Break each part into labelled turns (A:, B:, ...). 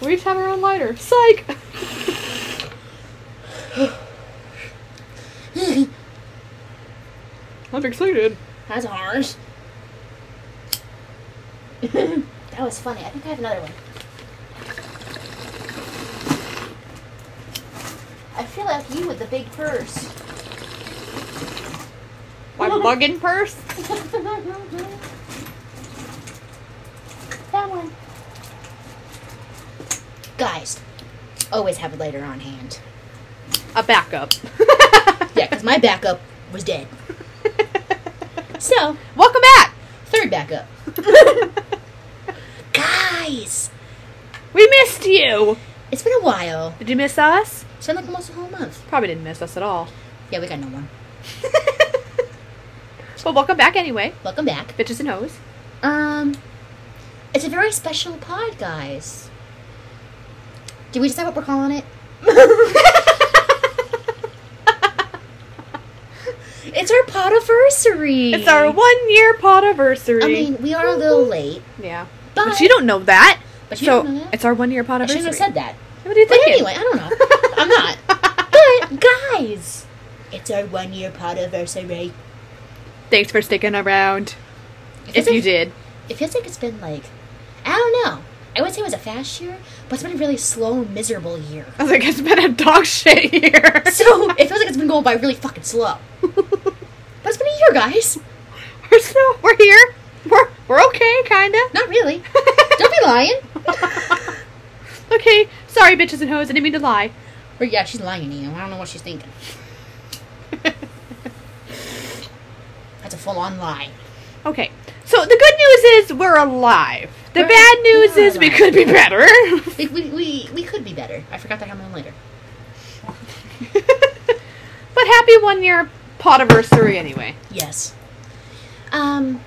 A: have her own lighter. Psych! I'm excited.
B: That's ours. that was funny. I think I have another one. I feel like you with the big purse.
A: My muggin purse?
B: that one. Guys, always have a lighter on hand.
A: A backup.
B: Yeah, because my backup was dead. So,
A: Welcome back!
B: third backup. Guys,
A: we missed you!
B: it's been a while.
A: Did you miss us?
B: It's been like almost a whole month.
A: Probably didn't miss us at all.
B: Yeah, we got no one.
A: well, welcome back anyway.
B: Welcome back.
A: Bitches and hoes.
B: Um, it's a very special pod, guys. Did we decide what we're calling it? It's our podiversary.
A: it's our one year pod anniversary.
B: I mean, we are a little late,
A: yeah.
B: but,
A: But you don't know that.
B: But you
A: so
B: don't know that.
A: it's our one year pod
B: I shouldn't
A: anniversary.
B: have said that.
A: What do you
B: But
A: think?
B: anyway, I don't know. I'm not. But guys, it's our one-year podiversary.
A: Thanks for sticking around.
B: It
A: If
B: feels
A: you
B: like-
A: did.
B: it feels like it's been like I don't know. I would say it was a fast year, but it's been a really slow, miserable year.
A: I was like, it's been a dog shit year.
B: So it feels like it's been going by really fucking slow. But it's been a year, guys.
A: we're still we're here. We're we're okay, kinda.
B: Not really. Don't be lying.
A: okay, sorry, bitches and hoes. I didn't mean to lie.
B: Or yeah, she's lying to you. I don't know what she's thinking. That's a full-on lie.
A: okay, so the good news is we're alive. The
B: We're-
A: bad news
B: we're
A: is we
B: alive.
A: could be better.
B: We, we, we, we could be better. I forgot that coming later.
A: but happy one year podiversary anyway.
B: Yes. Um,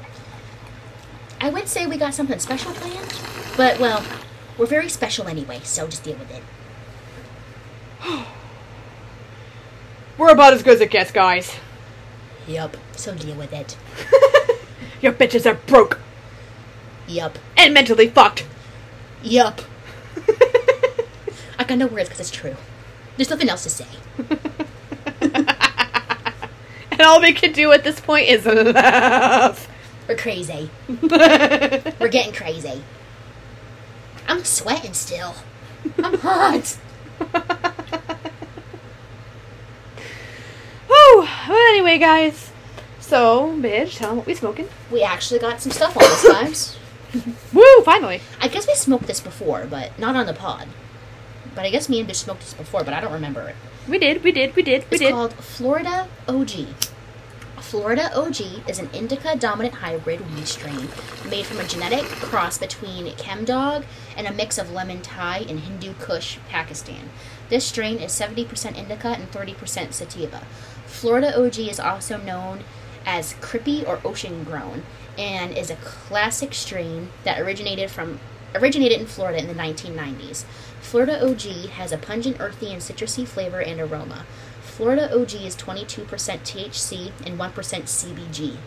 B: I would say we got something special planned, but well, we're very special anyway, so just deal with it.
A: We're about as good as it gets, guys.
B: Yup. So deal with it.
A: Your bitches are broke
B: Yup.
A: and mentally fucked.
B: Yup. I got no words because it's true. There's nothing else to say.
A: and all we can do at this point is laugh.
B: We're crazy.
A: We're
B: We're getting crazy. I'm sweating still. I'm hot.
A: Whew. Well, anyway, guys. So, bitch, tell them what we smoking.
B: We actually got some stuff on this times.
A: Woo! Finally.
B: I guess we smoked this before, but not on the pod. But I guess me and Bitch smoked this before, but I don't remember it.
A: We did. We did. We did. We
B: It's
A: did.
B: called Florida OG. Florida OG is an indica dominant hybrid weed strain made from a genetic cross between Chemdog and a mix of lemon Thai and Hindu Kush Pakistan. This strain is 70% indica and 30% sativa. Florida OG is also known as Crippy or Ocean Grown and is a classic strain that originated from originated in Florida in the 1990s. Florida OG has a pungent, earthy, and citrusy flavor and aroma. Florida OG is 22% THC and 1% CBG,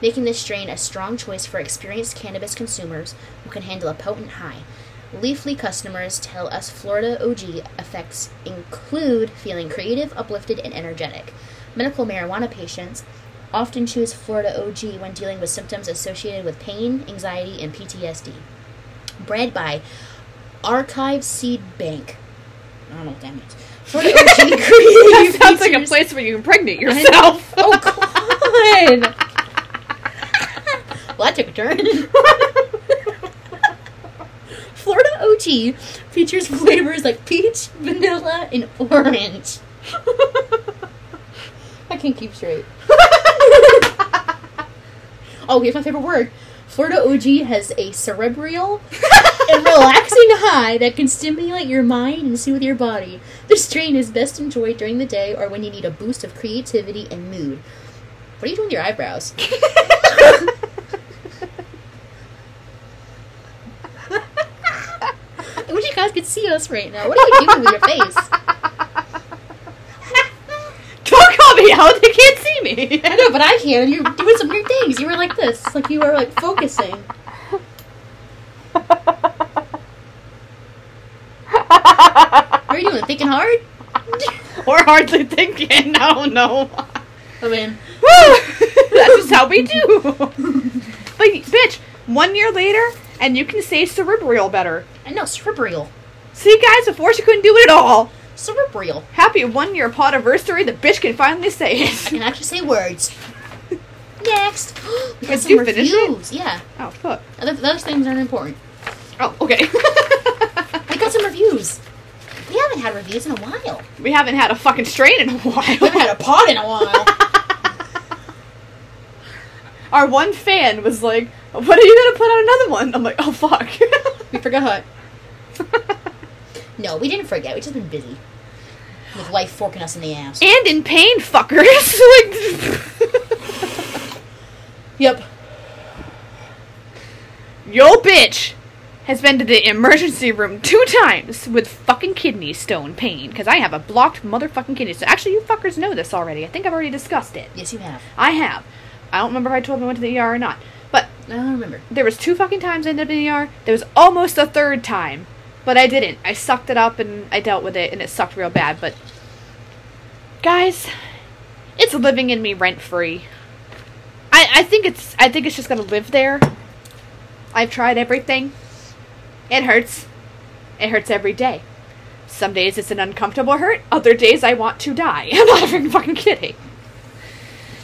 B: making this strain a strong choice for experienced cannabis consumers who can handle a potent high. Leafly customers tell us Florida OG effects include feeling creative, uplifted, and energetic. Medical marijuana patients often choose Florida OG when dealing with symptoms associated with pain, anxiety, and PTSD. Bred by Archive Seed Bank. I don't know what that means. Florida OG
A: That
B: creative
A: sounds like a
B: features-
A: place where you impregnate
B: I know.
A: yourself.
B: Oh, God. well, that took a turn. Florida OG features flavors like peach, vanilla, and orange. I can't keep straight. oh, here's my favorite word. Florida OG has a cerebral and relaxing high that can stimulate your mind and soothe your body. The strain is best enjoyed during the day or when you need a boost of creativity and mood. What are you doing with your eyebrows? I wish you guys could see us right now. What are you doing with your face?
A: Don't call me out. They can't see me.
B: I know, but I can. You're doing some weird things. You were like this. Like you were like focusing. Thinking hard?
A: We're hardly thinking. No, no.
B: I mean,
A: Woo! That's just how we do. like, bitch, one year later, and you can say cerebral better.
B: I know, Uh, cerebral.
A: See, guys, before she couldn't do it at all.
B: Cerebral.
A: Happy one year pod anniversary, the bitch can finally say
B: I
A: it.
B: can actually say words. Next. we got
A: Did
B: some
A: you finish it?
B: reviews. Yeah.
A: Oh, fuck.
B: Other, those things aren't important.
A: Oh, okay.
B: We got some reviews. We haven't had reviews in a while.
A: we haven't had a fucking strain in a
B: We haven't
A: while.
B: had a pod in a while.
A: Our one fan was like, When are you gonna put out another one? I'm like, Oh, fuck.
B: we forgot. No, we didn't forget. We just been busy with life forking us in the ass.
A: and in pain, fuckers. like,
B: Yep.
A: Yo bitch has been to the emergency room two times with fucking kidney stone pain because I have a blocked motherfucking kidney stone. Actually, you fuckers know this already. I think I've already discussed it.
B: Yes, you have.
A: I have. I don't remember if I told them I went to the ER or not. But
B: I don't remember.
A: there was two fucking times I ended up in the ER. There was almost a third time, but I didn't. I sucked it up and I dealt with it, and it sucked real bad. But guys, it's living in me rent free. I I think it's I think it's just gonna live there. I've tried everything. It hurts. It hurts every day. Some days it's an uncomfortable hurt. Other days I want to die. I'm not even fucking kidding.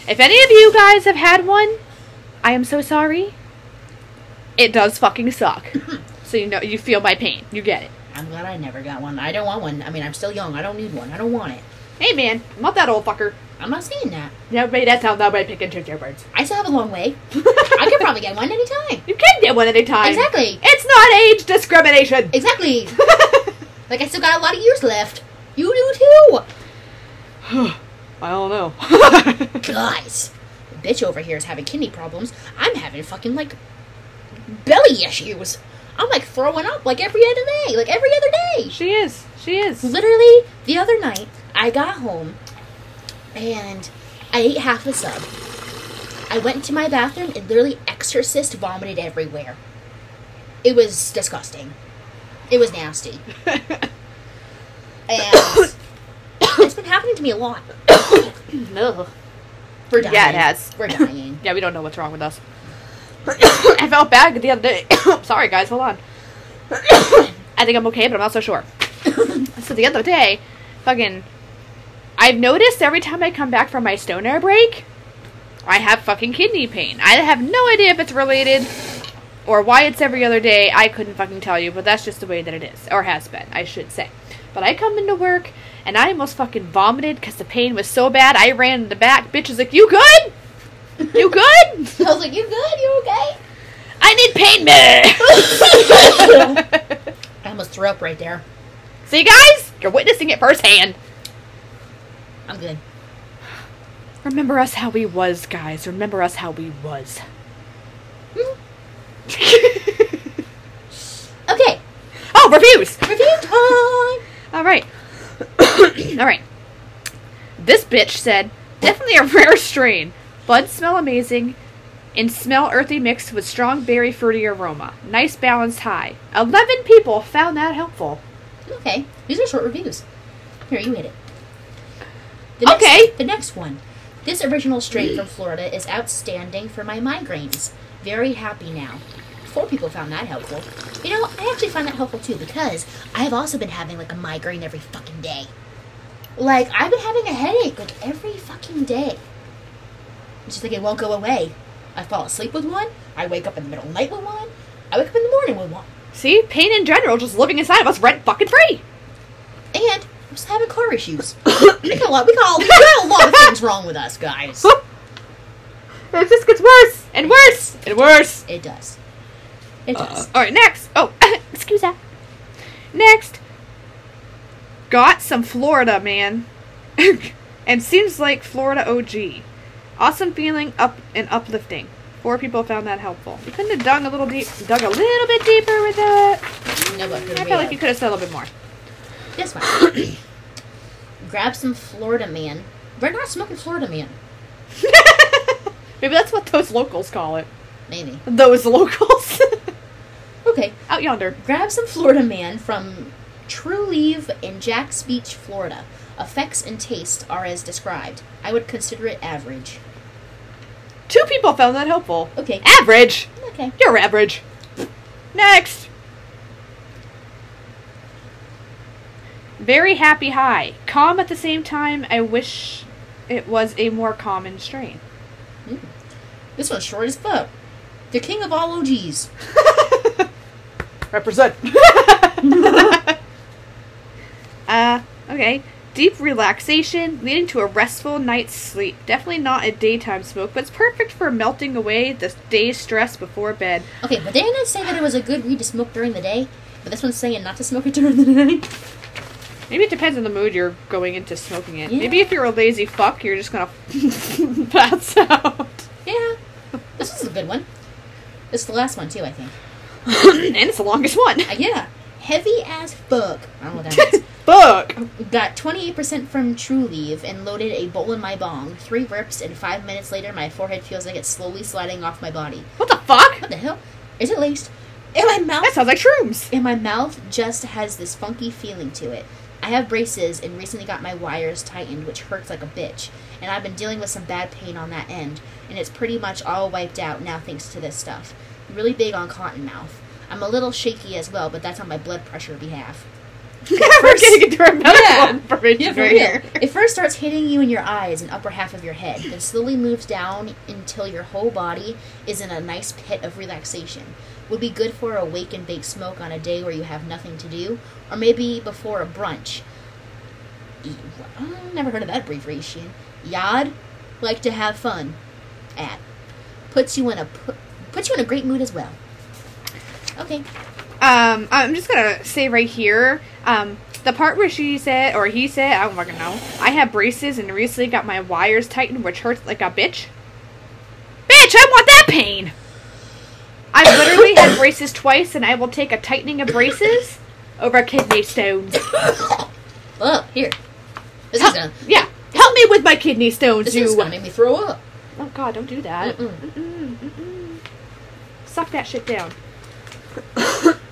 A: If any of you guys have had one, I am so sorry it does fucking suck. so you know you feel my pain. You get it.
B: I'm glad I never got one. I don't want one. I mean, I'm still young. I don't need one. I don't want it.
A: Hey man, I'm not that old fucker.
B: I'm not saying that.
A: Nobody that's how nobody pick and choose your words.
B: I still have a long way. I could probably get one anytime.
A: You can get one at a time.
B: Exactly.
A: It's not age discrimination.
B: Exactly. Like I still got a lot of years left. You do too.
A: I don't know.
B: Guys, the bitch over here is having kidney problems. I'm having fucking like belly issues. I'm like throwing up like every other day, like every other day.
A: she is. She is.
B: Literally the other night, I got home and I ate half a sub. I went to my bathroom and literally exorcist vomited everywhere. It was disgusting. It was nasty. And it's been happening to me a lot.
A: no.
B: We're dying.
A: Yeah, it has.
B: We're dying.
A: Yeah, we don't know what's wrong with us. I felt bad the other day. Sorry, guys, hold on. I think I'm okay, but I'm not so sure. so the other day, fucking, I've noticed every time I come back from my stoner break, I have fucking kidney pain. I have no idea if it's related or why it's every other day. I couldn't fucking tell you, but that's just the way that it is, or has been, I should say. But I come into work and I almost fucking vomited because the pain was so bad. I ran in the back. Bitch is like, "You good? You good?
B: I was like, "You good? You okay?"
A: I need pain meds."
B: I almost threw up right there.
A: See, guys, you're witnessing it firsthand.
B: I'm good.
A: Remember us how we was, guys. Remember us how we was.
B: Hmm? Okay,
A: oh, reviews.
B: review time.
A: All right. All right. This bitch said, definitely a rare strain. Buds smell amazing and smell earthy mixed with strong berry fruity aroma. Nice balanced high. 11 people found that helpful.
B: Okay, these are short reviews. Here, you hit it. The next,
A: Okay.
B: The next one. This original strain from Florida is outstanding for my migraines. Very happy now. Four people found that helpful. You know, I actually find that helpful too because I have also been having like a migraine every fucking day. Like I've been having a headache like every fucking day. It's just like it won't go away. I fall asleep with one. I wake up in the middle of the night with one. I wake up in the morning with one.
A: See, pain in general just living inside of us rent fucking free.
B: And I'm just having car issues. we got a lot. We got, a- we got a lot of things wrong with us, guys.
A: It just gets worse and worse and worse.
B: It does. It does.
A: All right, next. Oh, excuse that. Next, got some Florida man, and seems like Florida OG. Awesome feeling, up and uplifting. Four people found that helpful. You couldn't have dug a little deep, dug a little bit deeper with that.
B: no, but
A: I feel like you could have said a little bit more.
B: This one. Grab some Florida man. We're not smoking Florida man.
A: Maybe that's what those locals call it.
B: Maybe.
A: Those locals
B: Okay.
A: out yonder.
B: Grab some Florida man from True Leave in Jack's Beach, Florida. Effects and taste are as described. I would consider it average.
A: Two people found that helpful.
B: Okay. Ah,
A: Average.
B: Okay.
A: You're average. Next. Very happy high. Calm at the same time. I wish it was a more common strain.
B: This one's short as fuck. The king of all OGs.
C: Represent.
A: Uh, okay. Deep relaxation, leading to a restful night's sleep. Definitely not a daytime smoke, but it's perfect for melting away the day's stress before bed.
B: Okay, but didn't I say that it was a good read to smoke during the day? But this one's saying not to smoke it during the night.
A: Maybe it depends on the mood you're going into smoking it.
B: Yeah.
A: Maybe if you're a lazy fuck, you're just gonna pass out.
B: Yeah. This is a good one. This is the last one, too, I think.
A: and it's the longest one.
B: Uh, yeah. Heavy as fuck. I don't know what that means.
A: Fuck.
B: Got 28% from True Leave and loaded a bowl in my bong. Three rips, and five minutes later, my forehead feels like it's slowly sliding off my body.
A: What the fuck?
B: What the hell? Is it laced? In my mouth?
A: That sounds like shrooms.
B: And my mouth just has this funky feeling to it. I have braces and recently got my wires tightened, which hurts like a bitch. And I've been dealing with some bad pain on that end, and it's pretty much all wiped out now thanks to this stuff. Really big on cotton mouth. I'm a little shaky as well, but that's on my blood pressure behalf.
A: We're getting into our medical
B: Yeah.
A: information right here.
B: It first starts hitting you in your eyes and upper half of your head, then slowly moves down until your whole body is in a nice pit of relaxation. Would be good for a wake and bake smoke on a day where you have nothing to do, or maybe before a brunch. E- uh, Never heard of that abbreviation. Yod, like to have fun. At puts you in a pu- puts you in a great mood as well. Okay.
A: Um, I'm just gonna say right here, um, the part where she said or he said, I don't fucking know. I have braces and recently got my wires tightened, which hurts like a bitch. Bitch, I want that pain. I literally had braces twice, and I will take a tightening of braces over kidney stones.
B: Oh, here. This is gonna
A: Yeah, help me with my kidney stones,
B: this
A: you.
B: is gonna make me throw up.
A: Oh God, don't do that.
B: Mm-mm.
A: Mm-mm, mm-mm. Suck that shit down.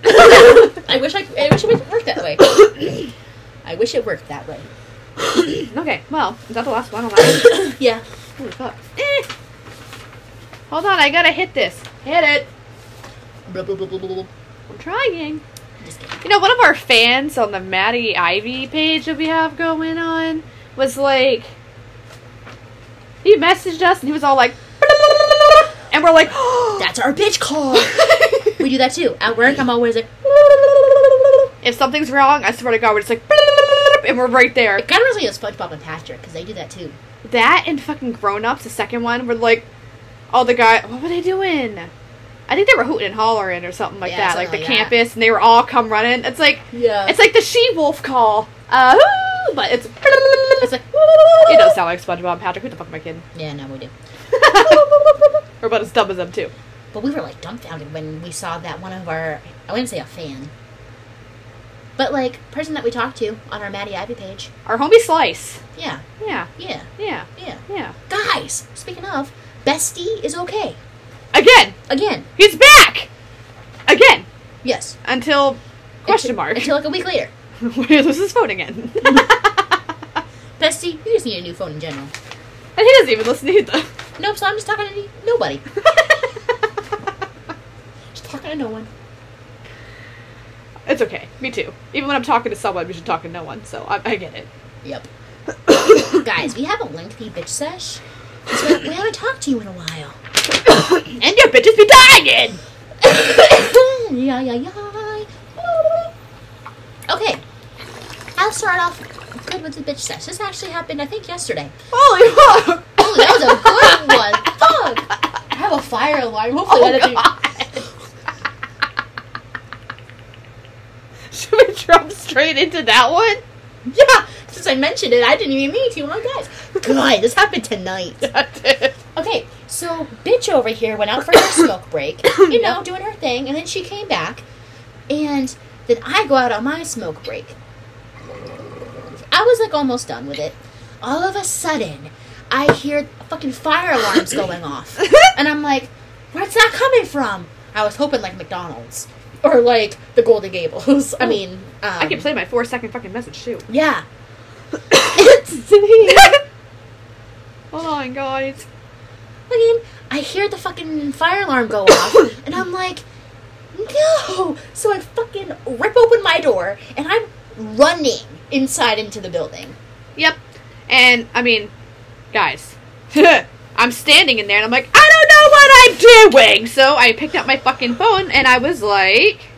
B: I wish I, I wish it would work that way. I wish it worked that way.
A: Okay, well, is that the last one on that? one?
B: Yeah.
A: Holy fuck. Eh. Hold on, I gotta hit this. Hit it.
B: Blah, blah, blah, blah, blah, blah.
A: I'm trying.
B: Just kidding.
A: You know, one of our fans on the Maddie Ivy page that we have going on was like, he messaged us and he was all like, and we're like,
B: That's our bitch call. we do that too. At work, I'm always like,
A: if something's wrong, I swear to God, we're just like, and we're right there.
B: it kind of reminds me of SpongeBob and Patrick because they do that too.
A: That and fucking Grown Ups, the second one, were like, all the guy, what were they doing? I think they were hooting and hollering or something like
B: Yeah,
A: that,
B: something
A: like the
B: like that. Uh,
A: campus, and they were all come running. It's like,
B: Yeah.
A: it's like the she wolf call. Uh, woo, but it's it's like it does sound like SpongeBob Patrick. Who the fuck am I kidding?
B: Yeah, no, we do.
A: We're about as dumb as them too.
B: But we were like dumbfounded when we saw that one of our, I wouldn't say a fan, but like person that we talked to on our Maddie Ivy page.
A: Our homie Slice.
B: Yeah,
A: Yeah,
B: yeah,
A: yeah,
B: yeah.
A: yeah.
B: Guys, speaking of, Bestie is okay.
A: Again,
B: Again.
A: he's back. Again
B: Yes.
A: until question
B: Until-
A: mark.
B: Until like a week later.
A: Where is his phone again?
B: Bestie, you just need a new phone in general.
A: And he doesn't even listen to the.
B: Nope, so I'm just talking to n- nobody. Just talking to no one.
A: it's okay. Me too. Even when I'm talking to someone, we should talk to no one. So I, I get it.
B: Yep. Guys, we have a lengthy bitch sesh. 'cause We, we haven't talked to you in a while.
A: And your bitches be dying.
B: yeah, yeah, yeah. Okay. I'll start off good with the bitch sesh. This actually happened, I think, yesterday.
A: Holy fuck!
B: Holy, that was a good one. Fuck. I have a fire alarm. Hopefully
A: Oh,
B: that doesn't-
A: Should we jump straight into that one?
B: Yeah, since I mentioned it, I didn't even mean to. My guys. God, this happened tonight. Okay, so bitch over here went out for her smoke break, you know, doing her thing, and then she came back, and then I go out on my smoke break. I was like almost done with it. All of a sudden, I hear fucking fire alarms going off, and I'm like, "Where's that coming from?" I was hoping like McDonald's, or like the Golden Gables. I mean, um,
A: Oh. I can play my four second fucking message too.
B: Yeah.
A: oh my god, it's
B: fucking, I hear the fucking fire alarm go off, and I'm like, no. So I fucking rip open my door, and I'm running inside into the building.
A: Yep. And I mean, guys, I'm standing in there and I'm like, I don't know what I'm doing. So I picked up my fucking phone and I was like,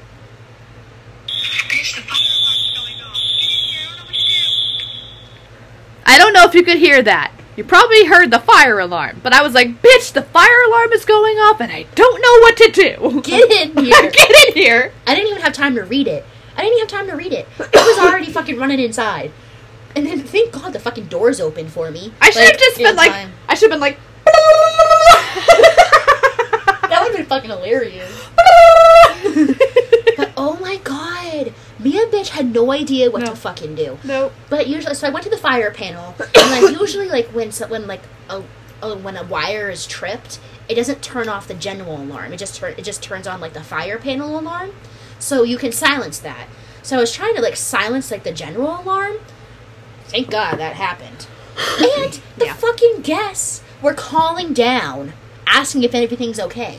C: Bitch, the fire alarm's going off. Get in here. I don't know what to do.
A: I don't know if you could hear that. You probably heard the fire alarm, but I was like, bitch, the fire alarm is going off and I don't know what to do.
B: Get in here.
A: Get in here.
B: I didn't even have time to read it. I didn't even have time to read it. I was already fucking running inside. And then thank God the fucking doors open for me.
A: I should have just
B: in
A: been like,
B: time.
A: I should have been like,
B: that would have been fucking hilarious. But oh my god, me and bitch had no idea what
A: No.
B: to fucking do.
A: nope.
B: But usually, so I went to the fire panel, and like usually, like when so, when like a, a when a wire is tripped, it doesn't turn off the general alarm. It just tur- it just turns on like the fire panel alarm, so you can silence that. So I was trying to like silence like the general alarm. Thank God that happened. And the
A: Yeah.
B: fucking guests were calling down, asking if everything's okay.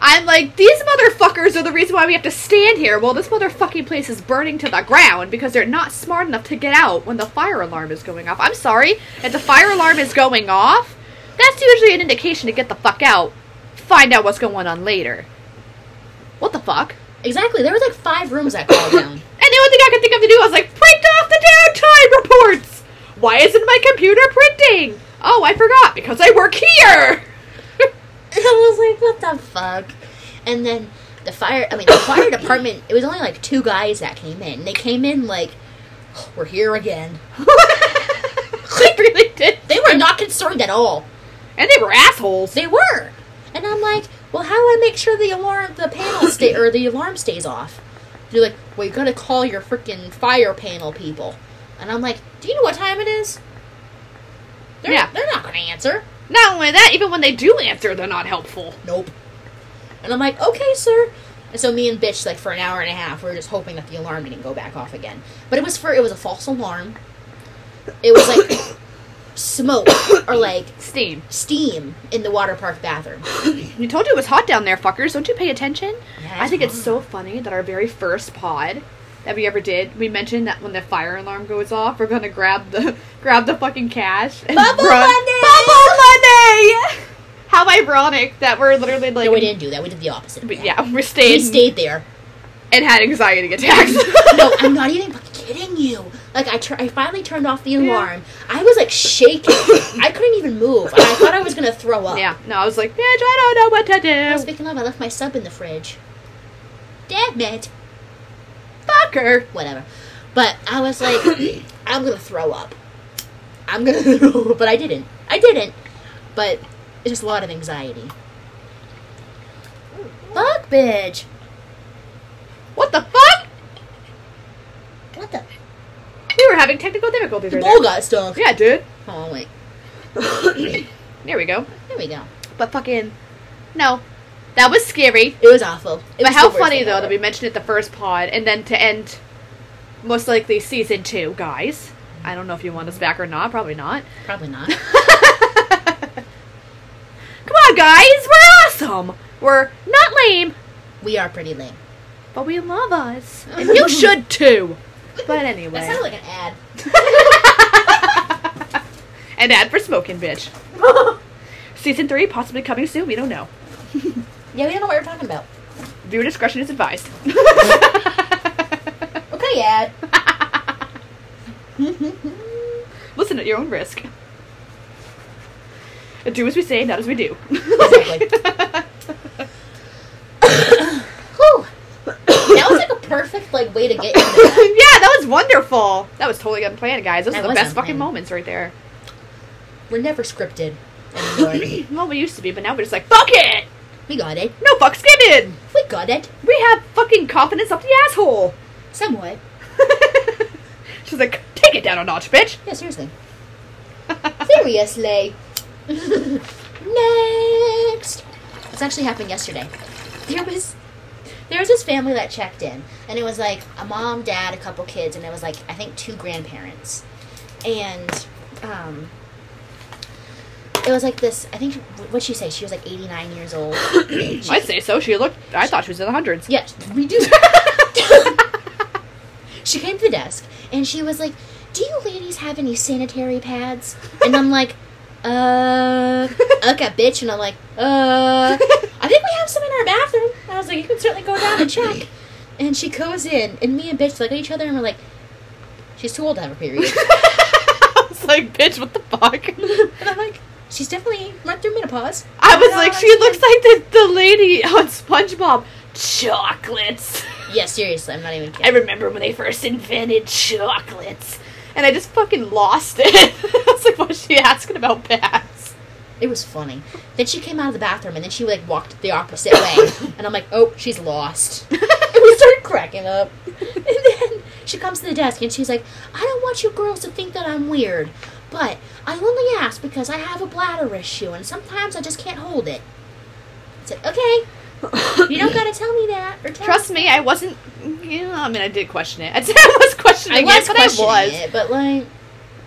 A: I'm like, these motherfuckers are the reason why we have to stand here while this motherfucking place is burning to the ground because they're not smart enough to get out when the fire alarm is going off. I'm sorry, if the fire alarm is going off, that's usually an indication to get the fuck out. Find out what's going on later. What the fuck?
B: Exactly, there was like five rooms that called down.
A: And the only thing I could think of to do, I was like, print off the downtime reports! Why isn't my computer printing? Oh, I forgot, because I work here!
B: I was like, what the fuck? And then the fire, I mean, the fire department, it was only like two guys that came in. They came in like, we're here again.
A: I really did.
B: They were not concerned at all.
A: And they were assholes.
B: They were. And I'm like, well, how do I make sure the alarm, the panel stay, or the alarm stays off? They're like, well, you gotta call your freaking fire panel people. And I'm like, do you know what time it is? They're,
A: Yeah.
B: They're not gonna answer.
A: Not only that, even when they do answer, they're not helpful.
B: Nope. And I'm like, okay, sir. And so me and bitch, like for an hour and a half, we were just hoping that the alarm didn't go back off again. But it was for it was a false alarm. It was like smoke or like
A: Steam.
B: steam in the water park bathroom.
A: You told you it was hot down there, fuckers. Don't you pay attention?
B: Yeah,
A: I think it's
B: it's
A: so funny that our very first pod that we ever did, we mentioned that when the fire alarm goes off, we're gonna grab the grab the fucking cash and
B: Bubble
A: run.
B: Monday!
A: Bubble Monday! How ironic that we're literally like
B: No, we didn't do that. We did the opposite. of
A: but
B: that.
A: yeah, we
B: We
A: stayed,
B: stayed there.
A: and had anxiety attacks.
B: No, I'm not even fucking kidding you. Like I, tur- I finally turned off the
A: Yeah.
B: alarm. I was like shaking. I couldn't even move. I thought I was gonna throw up.
A: yeah, no, I was like, bitch, I don't know what to
B: Oh,
A: do.
B: Speaking of, I left my sub in the fridge. Damn it.
A: Fucker.
B: whatever. But I was like, I'm gonna throw up. I'm gonna, throw up. but I didn't. I didn't. But it's just a lot of anxiety. Fuck, bitch.
A: What the fuck?
B: What the?
A: We were having technical difficulties
B: The
A: right
B: bowl
A: there.
B: got stuck.
A: Yeah, dude.
B: Oh wait,
A: There we go.
B: there we go.
A: But fucking, no, that was scary.
B: It was awful. It
A: but
B: was
A: how
B: the worst
A: funny
B: thing
A: though
B: ever.
A: that we mentioned it the first pod, and then to end, most likely season two, guys. I don't know if you want us back or not. Probably not.
B: Probably not.
A: Come on, guys, we're awesome. We're not lame,
B: we are pretty lame.
A: but we love us, and you should too. But anyway,
B: That sounded like an ad.
A: an ad for smoking, bitch. season three possibly coming soon. We don't know.
B: Yeah, we don't know what we're talking about.
A: Viewer discretion is advised.
B: Okay, ad.
A: Listen at your own risk. Do as we say, not as we do.
B: Exactly. Whew. that was like a perfect like way to get into that.
A: yeah, that was wonderful. That was totally unplanned, guys. Those
B: That
A: are the
B: was
A: best fucking
B: unplanned.
A: moments right there.
B: We're never scripted anymore.
A: Well, we used to be, but now we're just like, fuck it!
B: we got it.
A: No fucks given!
B: We got it.
A: We have fucking confidence up the asshole!
B: Somewhat.
A: She's like, take it down a notch, bitch!
B: Yeah, seriously. Seriously. Next. This actually happened yesterday. There was there was this family that checked in, and it was like a mom, dad, a couple kids, and there was like I think two grandparents, and um, it was like this. I think what'd she say? She was like eighty nine years old. She-
A: I'd say so. She looked. I thought she was in the hundreds.
B: yeah, we do. she came to the desk and she was like, "Do you ladies have any sanitary pads?" And I'm like, "Uh, okay, bitch." And I'm like, "Uh, I think we have some in our bathroom." I was like, "You can certainly go down and check." And she goes in, and me and bitch look at each other and we're like, "She's too old to have a period."
A: I was like, bitch, what the fuck?
B: and I'm like, "She's definitely run through menopause."
A: I was
B: No,
A: like,
B: I
A: she looks like the, the lady on SpongeBob. Chocolates.
B: Yeah, seriously, I'm not even
A: I
B: kidding.
A: remember when they first invented chocolates. And I just fucking lost it. I was like, what's she asking about bats?
B: It was funny. Then she came out of the bathroom and then she like walked the opposite way, and I'm like, "Oh, she's lost." and we started cracking up. And then she comes to the desk and she's like, I don't want you girls to think that I'm weird, but I only ask because I have a bladder issue and sometimes I just can't hold it. I said, okay, you don't gotta tell me that or tell
A: Trust me, I wasn't. Yeah, I mean, I did question it. I'd say I was questioning
B: I was
A: it, but
B: questioning
A: I was.
B: it, but like,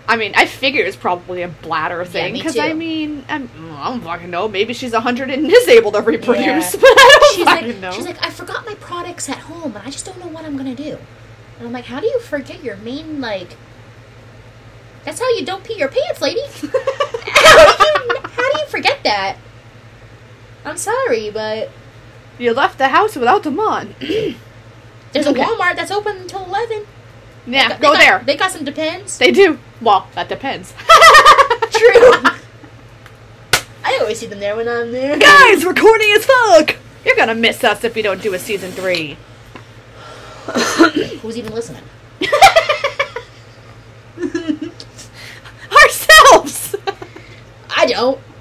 A: I mean, I figure it's probably a bladder thing
B: me
A: because
B: too.
A: I mean, I'm, I don't fucking know. Maybe she's hundred and is able to reproduce,
B: Yeah.
A: but I don't
B: she's
A: fucking
B: like,
A: know.
B: she's like, I forgot my products at home and I just don't know what I'm gonna do. And I'm like, how do you forget your main like? That's how you don't pee your pants, lady. how, do you, how do you forget that? I'm sorry, but
A: you left the house without them on.
B: There's
A: Okay.
B: a Walmart that's open until eleven.
A: Yeah,
B: They
A: go
B: got-
A: there.
B: They got some Depends.
A: They do. Well, that depends.
B: True. I always see them there when I'm there.
A: Guys, we're corny as fuck. You're gonna miss us if we don't do a season three.
B: Who's even listening?
A: Ourselves.
B: I don't.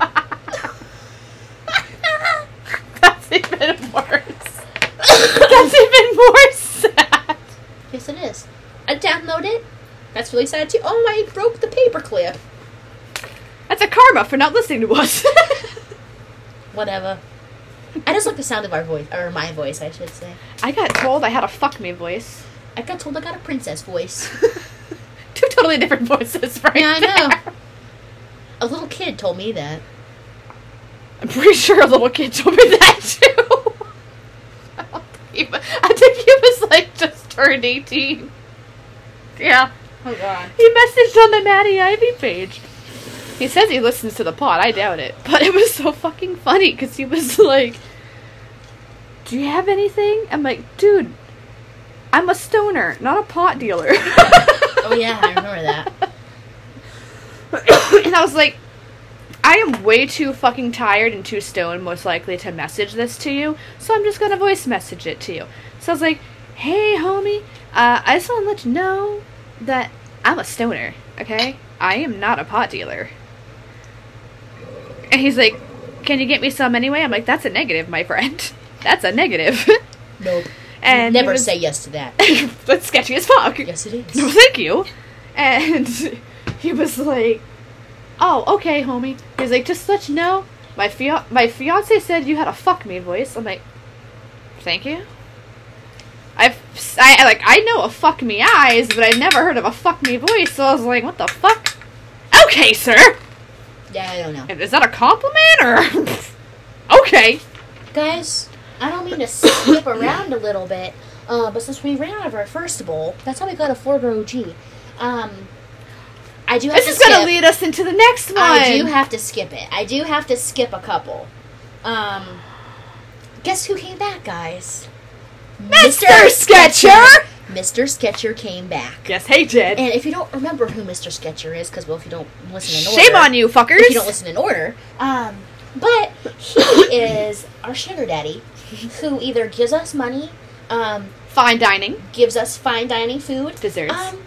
A: That's even worse. That's even more sad.
B: yes, it is. I downloaded it. That's really sad too. Oh, I broke the paperclip.
A: That's a karma for not listening to us.
B: Whatever. I just like the sound of our voice, or my voice, I should say.
A: I got told I had a fuck me voice.
B: I got told I got a princess voice.
A: Two totally different voices, right?
B: Yeah, I know.
A: there.
B: A little kid told me that.
A: I'm pretty sure a little kid told me that too. I don't think he- I think he was like just turned 18. Yeah.
B: Oh God.
A: He messaged on the Maddie Ivy page. He says he listens to the pod. I doubt it. But it was so fucking funny because he was like, Do you have anything? I'm like, Dude, I'm a stoner, not a pot dealer.
B: Oh yeah, I remember that.
A: and I was like, I am way too fucking tired and too stoned, most likely, to message this to you, so I'm just gonna voice message it to you. So I was like, hey, homie, uh, I just wanna let you know that I'm a stoner, okay? I am not a pot dealer. And he's like, can you get me some anyway? I'm like, that's a negative, my friend. That's a negative.
B: Nope.
A: and he
B: Never
A: was-
B: say yes to that.
A: that's sketchy as fuck.
B: Yes, it
A: No,
B: is.
A: thank you. And he was like, "Oh, okay, homie." He was like, "Just to let you know, my fia- my fiance said you had a fuck me voice." I'm like, "Thank you." I've I I- like I know a fuck me eyes, but I've never heard of a fuck me voice. So I was like, "What the fuck?" Okay, sir.
B: Yeah, I don't know.
A: Is that a compliment or? okay.
B: Guys, I don't mean to skip around a little bit, uh, but since we ran out of our first bowl, that's how we got a Florida OG. Um, I do have
A: This
B: to
A: is
B: skip.
A: gonna lead us into the next one.
B: I do have to skip it. I do have to skip a couple. Um, guess who came back, guys?
A: Mr. Sketcher.
B: Mr. Sketcher came back.
A: Yes, hey, Jed.
B: And if you don't remember who Mr. Sketcher is, because well, if you don't listen in order,
A: Shame on you, fuckers.
B: If you don't listen in order, um, but he is our sugar daddy, who either gives us money, um,
A: Fine dining.
B: gives us fine dining food,
A: Desserts.
B: um,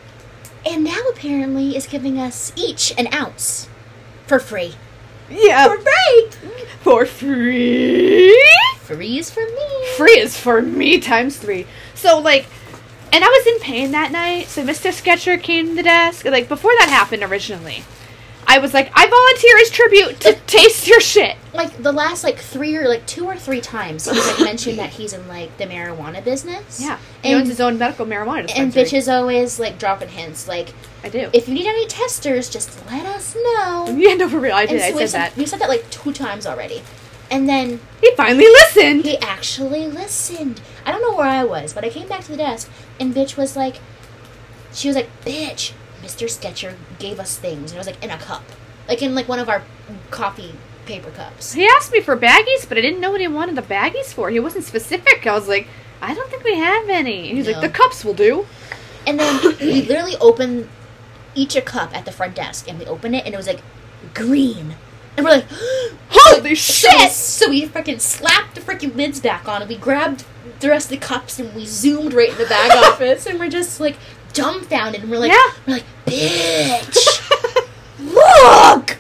B: and now apparently is giving us each an ounce for free.
A: Yeah.
B: free.
A: For free?
B: Free is for me.
A: Free is for me times three. So, like, and I was in pain that night, so Mr. Sketcher came to the desk. Like, before that happened originally, I was like, I volunteer as tribute to taste your shit.
B: Like the last like three or like two or three times he's like mentioned that he's in like the marijuana business.
A: Yeah, he owns
B: And
A: his own medical marijuana
B: and
A: dispensary.
B: bitches always like dropping hints like
A: I do.
B: if you need any testers, just let us know.
A: yeah, no, for real, I
B: And
A: did. I
B: we've,
A: said that.
B: Said, we've said that like two times already. And then
A: He finally listened.
B: he actually listened. I don't know where I was, but I came back to the desk and bitch was like she was like, Bitch, Mr. Sketcher gave us things and it was like in a cup. Like in like one of our coffee paper cups.
A: He asked me for baggies, but I didn't know what he wanted the baggies for. He wasn't specific. I was like, I don't think we have any. He's
B: No.
A: like, the cups will do.
B: And then we literally opened each a cup at the front desk, and we opened it, and it was like green. And we're like,
A: Holy
B: so we-
A: shit!
B: So we freaking slapped the freaking lids back on, and we grabbed the rest of the cups, and we zoomed right in the bag office, and we're just like dumbfounded, and we're like,
A: Yeah.
B: we're like, bitch, look,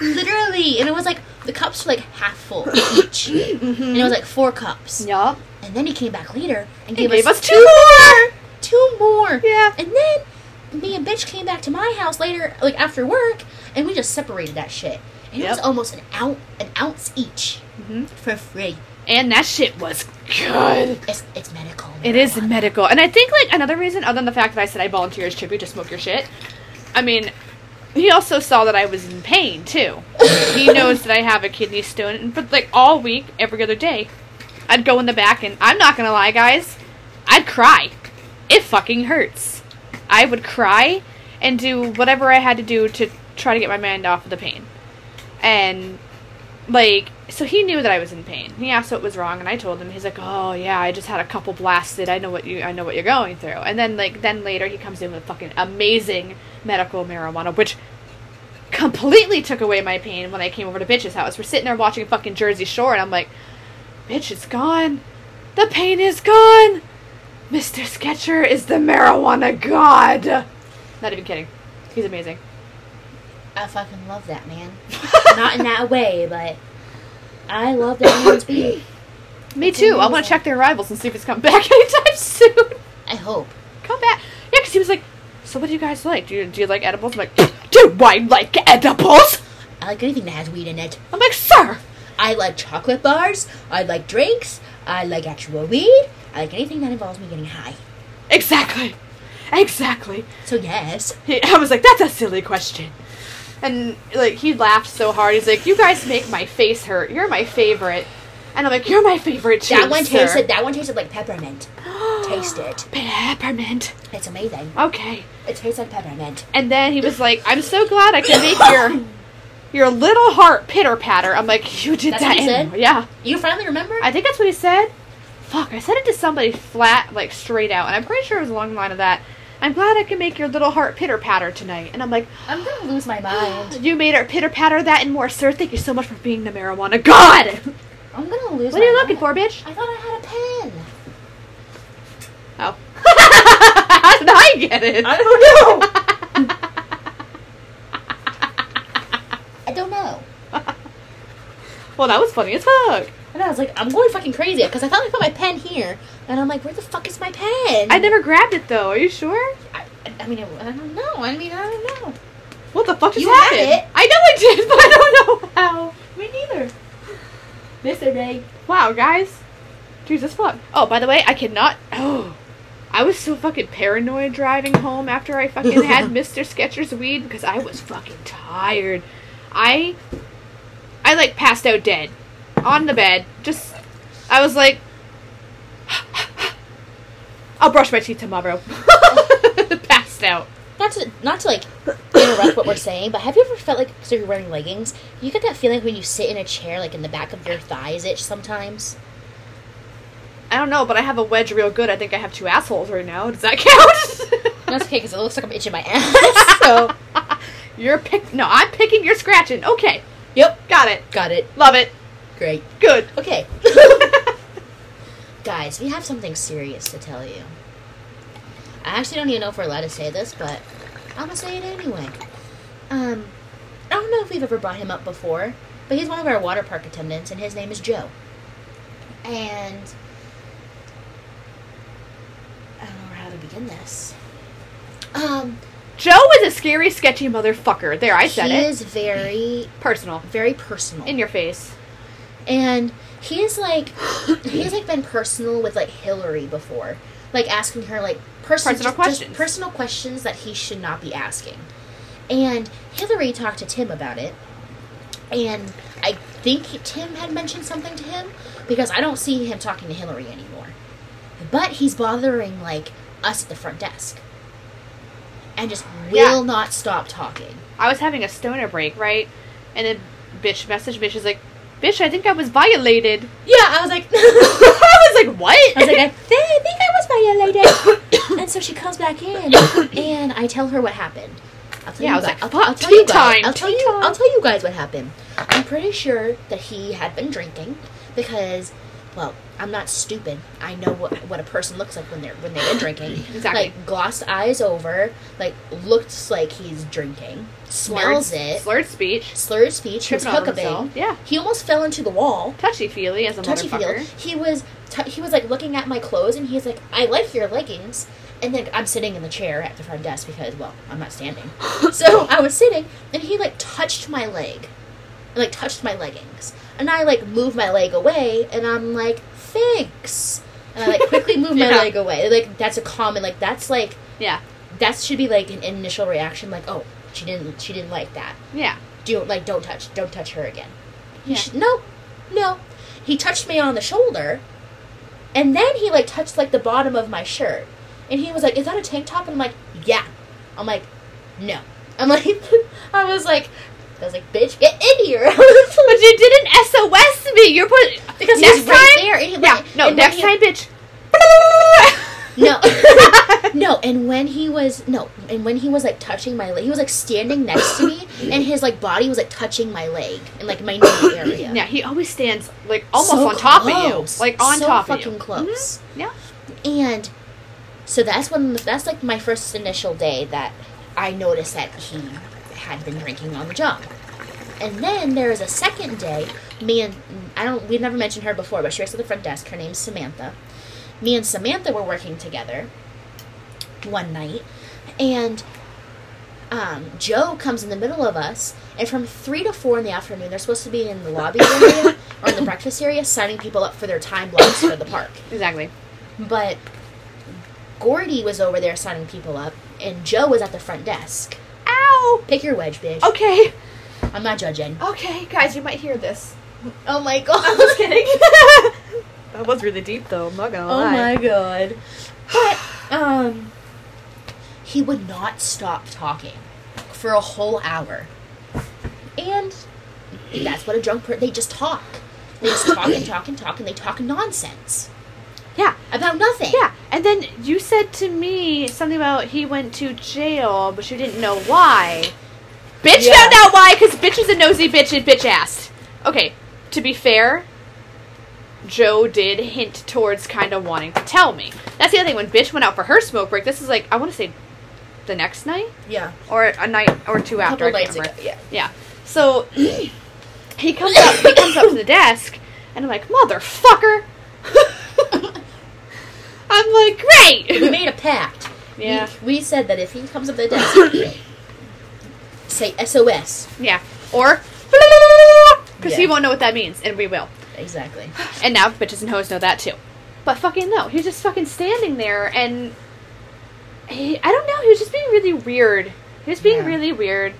B: literally. And it was like the cups were like half full each, and it was like four cups.
A: yup.
B: And then he came back later and
A: He
B: gave,
A: gave
B: us
A: us two more.
B: two more.
A: Yeah.
B: And then me and bitch came back to my house later, like after work, and we just separated that shit. And it was
A: Yep.
B: almost an ounce, an ounce each
A: Mhm.
B: for free.
A: And that shit was good.
B: It's, it's medical.
A: It is
B: marijuana.
A: medical. And I think, like, another reason, other than the fact that I said I volunteer as tribute to smoke your shit, I mean, he also saw that I was in pain, too. he knows that I have a kidney stone. And for, like, all week, every other day, I'd go in the back, and I'm not gonna lie, guys, I'd cry. It fucking hurts. I would cry and do whatever I had to do to try to get my mind off of the pain. And like so he knew that I was in pain. He asked what was wrong and I told him. He's like, "Oh yeah, I just had a couple blasted. I know what you I know what you're going through." And then like then later he comes in with fucking amazing medical marijuana which completely took away my pain when I came over to bitch's house. We're sitting there watching fucking Jersey Shore and I'm like, "Bitch, it's gone. The pain is gone. Mr. Sketcher is the marijuana god." Not even kidding. He's amazing.
B: I fucking love that man. Not in that way, but I love that man's beat.
A: Me too. I want to
B: amazing.
A: check their arrivals and see if it's come back anytime soon.
B: I hope.
A: come back. Yeah, because he was like, so what do you guys like? Do you, do you like edibles? I'm like, do I like edibles?
B: I like anything that has weed in it.
A: I'm like, sir,
B: I like chocolate bars. I like drinks. I like actual weed. I like anything that involves me getting high.
A: exactly, exactly.
B: So yes.
A: He, I was like, that's a silly question. And like he laughed so hard, he's like, "You guys make my face hurt. You're my favorite." And I'm like, "You're my favorite too."
B: That one
A: sir."
B: tasted. That one tasted like peppermint. Taste it.
A: peppermint.
B: It's amazing.
A: Okay.
B: It tastes like peppermint.
A: And then he was like, "I'm so glad I can make your your little heart pitter patter." I'm like, "You did
B: That's
A: that,
B: what he
A: in-
B: said?
A: yeah."
B: You finally remember?
A: I think that's what he said. Fuck, I said it to somebody flat, like straight out, and I'm pretty sure it was along the line of that. I'm glad I can make your little heart pitter patter tonight. And I'm like, "Oh,
B: I'm gonna lose my mind.
A: you made our pitter patter that and more, sir. Thank you so much for being the marijuana god.
B: I'm gonna lose.
A: what are you looking for, bitch?
B: I thought I had a pen.
A: Oh. How did I get it?
B: I don't I don't know.
A: well, that was funny as fuck.
B: And I was like, I'm going fucking crazy because I thought I put my pen here, and I'm like, where the fuck is my pen?
A: I never grabbed it though. Are you sure?
B: I, I mean, I, I don't know. I mean, I don't know.
A: What the fuck just
B: You had
A: happened?
B: it.
A: I know I did, but I don't know how.
B: Me neither. Mr. Day.
A: Wow, guys. Jesus fuck. Oh, by the way, I cannot. Oh. I was so fucking paranoid driving home after I fucking had Mr. Sketcher's weed because I was fucking tired. I. I like passed out dead. On the bed. Just. I was like. I'll brush my teeth tomorrow. passed out.
B: Not to not to like interrupt what we're saying, but have you ever felt like because you're wearing leggings, you get that feeling when you sit in a chair, like in the back of your thighs itch sometimes.
A: I don't know, but I have a wedge real good. I think I have two assholes right now. Does that count?
B: That's okay because it looks like I'm itching my ass. So
A: You're pick. No, I'm picking. You're scratching. Okay,
B: yep,
A: got it.
B: got it.
A: Love it.
B: Great.
A: Good.
B: Okay, guys, we have something serious to tell you. I actually don't even know if we're allowed to say this, but I'm gonna say it anyway. Um, I don't know if we've ever brought him up before, but he's one of our water park attendants, and his name is Joe. And I don't know how to begin this. Um,
A: Joe is a scary, sketchy motherfucker. There, I said
B: he
A: it.
B: is very,
A: Personal.
B: very personal.
A: In your face.
B: and he's like he's like been personal with like Hillary before, like asking her like person,
A: Personal
B: just-
A: questions.
B: just personal questions that he should not be asking. And Hillary talked to Tim about it, and I think Tim had mentioned something to him because I don't see him talking to Hillary anymore. But he's bothering like us at the front desk, and just will
A: Yeah.
B: not stop talking.
A: I was having a stoner break, right? And then bitch messaged me. She's like, bitch, I think I was violated.
B: Yeah, I was like,
A: I was like, what?
B: I was like, I, thi- I think I was violated. and so she comes back in, and I tell her what happened. I'll tell
A: Yeah,
B: you
A: I was
B: gui-
A: like,
B: I'll-
A: fuck,
B: I'll tell
A: tea
B: you guys.
A: time,
B: I'll tell
A: tea
B: you.
A: time.
B: I'll tell you guys what happened. I'm pretty sure that he had been drinking because, well, I'm not stupid. I know what what a person looks like when they're when they've been drinking.
A: Exactly.
B: Like glossed eyes over, like looks like he's drinking, smells
A: Slurred-
B: it,
A: Slurred speech.
B: slurred speech, he was
A: Tripping on himself.
B: hookabing.
A: Yeah.
B: He almost fell into the wall
A: Touchy feely as a
B: touchy feel.
A: motherfucker.
B: He was t- he was like looking at my clothes, and he's like, "I like your leggings." And then I'm sitting in the chair at the front desk because, well, I'm not standing. so I was sitting, and he like touched my leg, like touched my leggings, and I like moved my leg away, and I'm like, "Thanks," and I like quickly moved my
A: Yeah.
B: leg away. Like that's a common, like that's like
A: Yeah.
B: that should be like an initial reaction, like, "Oh, she didn't, she didn't like that."
A: Yeah.
B: do like don't touch don't touch her again He
A: Yeah.
B: sh- no no he touched me on the shoulder and then he like touched like the bottom of my shirt and he was like is that a tank top and i'm like yeah i'm like no i'm like i was like i was like bitch get in here
A: But you didn't SOS me. You're put.
B: because he
A: next
B: was right
A: time.
B: there and he
A: Yeah.
B: like,
A: No.
B: and when
A: Next
B: he-
A: time, bitch.
B: no no and when he was no and when he was like touching my leg he was like standing next to me and his like body was like touching my leg and like my knee area
A: Yeah. He always stands like almost
B: So
A: on top
B: close.
A: of you. Like on
B: so
A: top
B: fucking
A: of you.
B: close.
A: Mhm. Yeah.
B: And so that's when that's like my first initial day that I noticed that he had been drinking on the job. And then there is a second day. Me and I don't we never mentioned her before, but she works at the front desk. Her name's Samantha. Me and Samantha were working together one night, and um, Joe comes in the middle of us, and from three to four in the afternoon, they're supposed to be in the lobby area or in the breakfast area, signing people up for their time blocks for the park.
A: Exactly.
B: But Gordy was over there signing people up, and Joe was at the front desk.
A: Ow.
B: Pick your wedge, bitch.
A: Okay. Oh.
B: I'm not judging.
A: Okay, guys, you might hear this.
B: Oh my god.
A: kidding. that was really deep, though. I'm not gonna
B: Oh my
A: lie.
B: god. But um he would not stop talking for a whole hour. And that's what a drunk person they just talk. They just talk and talk and talk and they talk nonsense
A: Yeah,
B: about nothing.
A: yeah. And then you said to me something about he went to jail, but you didn't know why. Bitch
B: Yeah.
A: found out why, because bitch is a nosy bitch and bitch asked. Okay, to be fair, Joe did hint towards kind of wanting to tell me. That's the other thing. When bitch went out for her smoke break, this is like I want to say the next night.
B: Yeah.
A: or a night or two after. I
B: Couple
A: can't
B: nights
A: remember.
B: ago, yeah.
A: yeah. So he comes up. He comes up to the desk, and I'm like, motherfucker. I'm like,
B: We
A: great.
B: made a pact. We-
A: Yeah,
B: We, said that if he comes up to the desk say SOS.
A: yeah. Or because he
B: Yeah.
A: won't know what that means, and we will.
B: Exactly.
A: And now bitches and hoes know that too. But fucking no, he's just fucking standing there, and he, I don't know. He was just being really weird. He was being
B: Yeah.
A: really weird.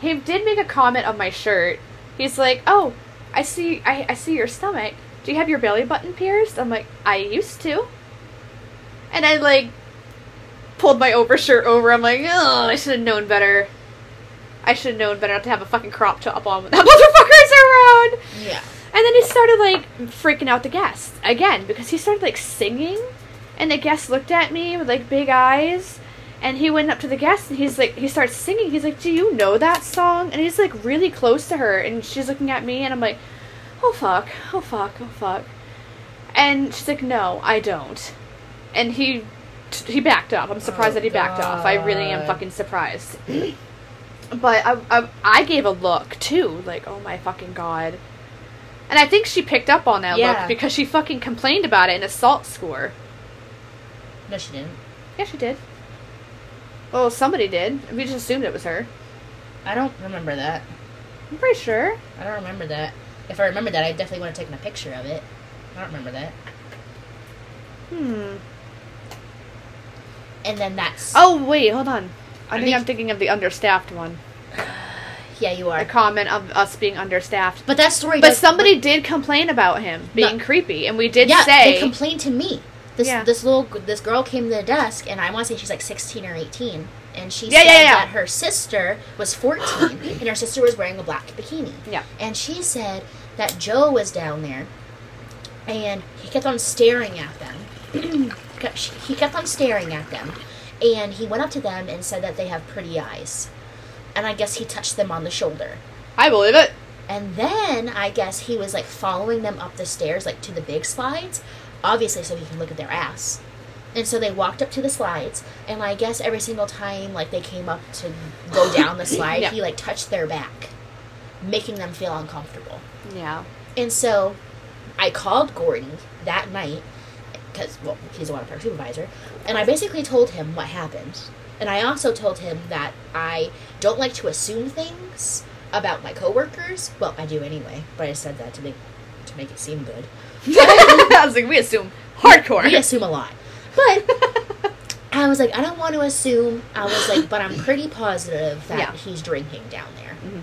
A: He did make a comment on my shirt. He's like, "Oh, I see, I, I see your stomach. Do you have your belly button pierced?" I'm like, "I used to," and I like pulled my overshirt over. I'm like, "Oh, I should have known better." I should have known better not to have a fucking crop top on when that motherfucker's around.
B: Yeah.
A: And then he started like freaking out the guests again because he started like singing, and the guests looked at me with like big eyes, and he went up to the guest and he's like he starts singing. He's like, "Do you know that song?" And he's like really close to her, and she's looking at me, and I'm like, "Oh fuck, oh fuck, oh fuck," and she's like, "No, I don't," and he he backed up. I'm surprised
B: Oh,
A: that he backed off. I really am
B: God.
A: fucking surprised. But I, I, I gave a look too, like, oh my fucking god. And I think she picked up on that
B: Yeah.
A: look because she fucking complained about it in assault score.
B: No, she didn't.
A: Yeah, she did. Well, somebody did. We just assumed it was her.
B: I don't remember that.
A: I'm pretty sure.
B: I don't remember that. If I remember that, I definitely would have taken a picture of it. I don't remember that.
A: Hmm.
B: And then that's.
A: Oh wait, hold on. I,
B: I
A: think,
B: think-
A: I'm thinking of the understaffed one.
B: yeah, you
A: The
B: are.
A: comment of us being understaffed.
B: But that story.
A: But
B: does-
A: somebody did complain about him being creepy, and we did
B: yeah,
A: say
B: they complained to me. This
A: Yeah.
B: this little this girl came to the desk, and I want to say she's like sixteen or eighteen, and she
A: Yeah,
B: said
A: yeah, yeah.
B: that her sister was fourteen, and her sister was wearing a black bikini.
A: Yeah.
B: and she said that Joe was down there, and he kept on staring at them. Kept- he kept on staring at them, and he went up to them and said that they have pretty eyes, and I guess he touched them on the shoulder.
A: I believe it.
B: And then I guess he was like following them up the stairs, like to the big slides, obviously so he can look at their ass. And so they walked up to the slides, and I guess every single time like they came up to go down the slide,
A: Yeah.
B: he like touched their back, making them feel uncomfortable.
A: Yeah.
B: And so I called Gordon that night because well, he's the water park supervisor, and I basically told him what happened. And I also told him that I don't like to assume things about my coworkers. Well, I do anyway, but I said that to make to make it seem good.
A: I was like, we assume hardcore.
B: We assume a lot, but I was like, I don't want to assume. I was like, but I'm pretty positive that
A: Yeah.
B: he's drinking down there.
A: Mhm.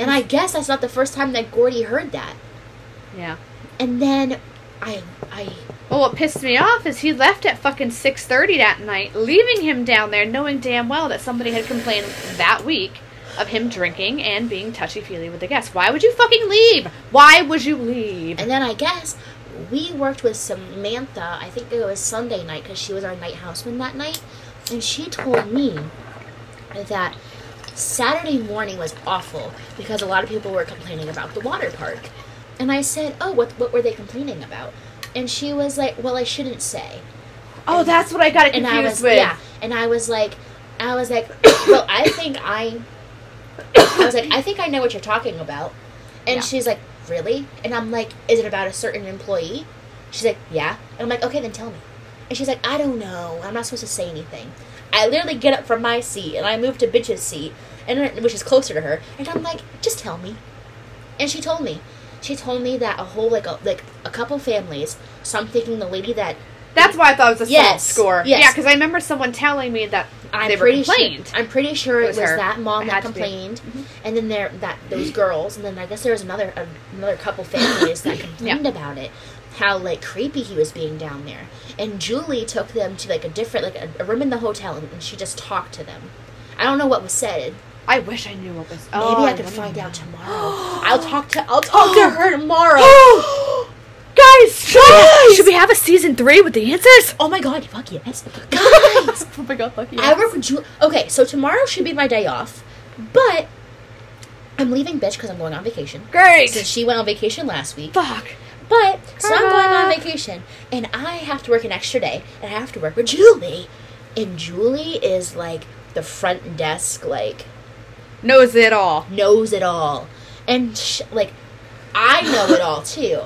B: And I guess that's not the first time that Gordy heard that.
A: yeah.
B: And then I I
A: Well, what pissed me off is he left at fucking six thirty that night, leaving him down there, knowing damn well that somebody had complained that week of him drinking and being touchy feely with the guests. Why would you fucking leave? Why would you leave?
B: And then I guess we worked with Samantha, I think it was Sunday night because she was our night houseman that night. And she told me that Saturday morning was awful because a lot of people were complaining about the water park. And I said, Oh, what, what were they complaining about? And she was like, Well, I shouldn't say.
A: oh, that's what I got it
B: And
A: confused
B: I was,
A: with.
B: yeah. And I was like, I was like, Well, I think I, I was like, I think I know what you're talking about. And
A: Yeah.
B: she's like, Really? And I'm like, Is it about a certain employee? She's like, Yeah. And I'm like, Okay, then tell me. And she's like, I don't know. I'm not supposed to say anything. I literally get up from my seat and I move to bitch's seat, and which is closer to her. And I'm like, Just tell me. And she told me. She told me that a whole like a, like a couple families. So I'm thinking the lady that
A: That's why I thought it was a yes,
B: Yes,
A: score.
B: yes.
A: Yeah, because I remember someone telling me that
B: I'm
A: they were
B: pretty
A: complained.
B: Sure, I'm pretty sure
A: It
B: it
A: was
B: was,
A: her.
B: that mom
A: It had
B: that
A: to be. Mm-hmm.
B: complained, and then there that those girls, and then I guess there was another another couple families that complained about it, how like creepy he was being down there. And Julie took them to like a different like a, a room in the hotel, and, and she just talked to them. I don't know what was said.
A: I wish I knew what was.
B: Maybe
A: oh,
B: I could
A: wonder
B: find
A: now.
B: out tomorrow. I'll talk to I'll talk to her tomorrow.
A: Guys, should, We, should we have a season three with the answers?
B: Oh my god, fuck yes. Guys,
A: Oh my god, lucky.
B: I work with Ju Okay, so tomorrow should be my day off, but I'm leaving bitch because I'm going on vacation. Since
A: Great.
B: she went on vacation last week,
A: Fuck.
B: but so I'm going on
A: Karma.
B: vacation, and I have to work an extra day, and I have to work with Julie, and Julie is like the front desk, like
A: Knows it all.
B: knows it all, and sh- like I know it all too,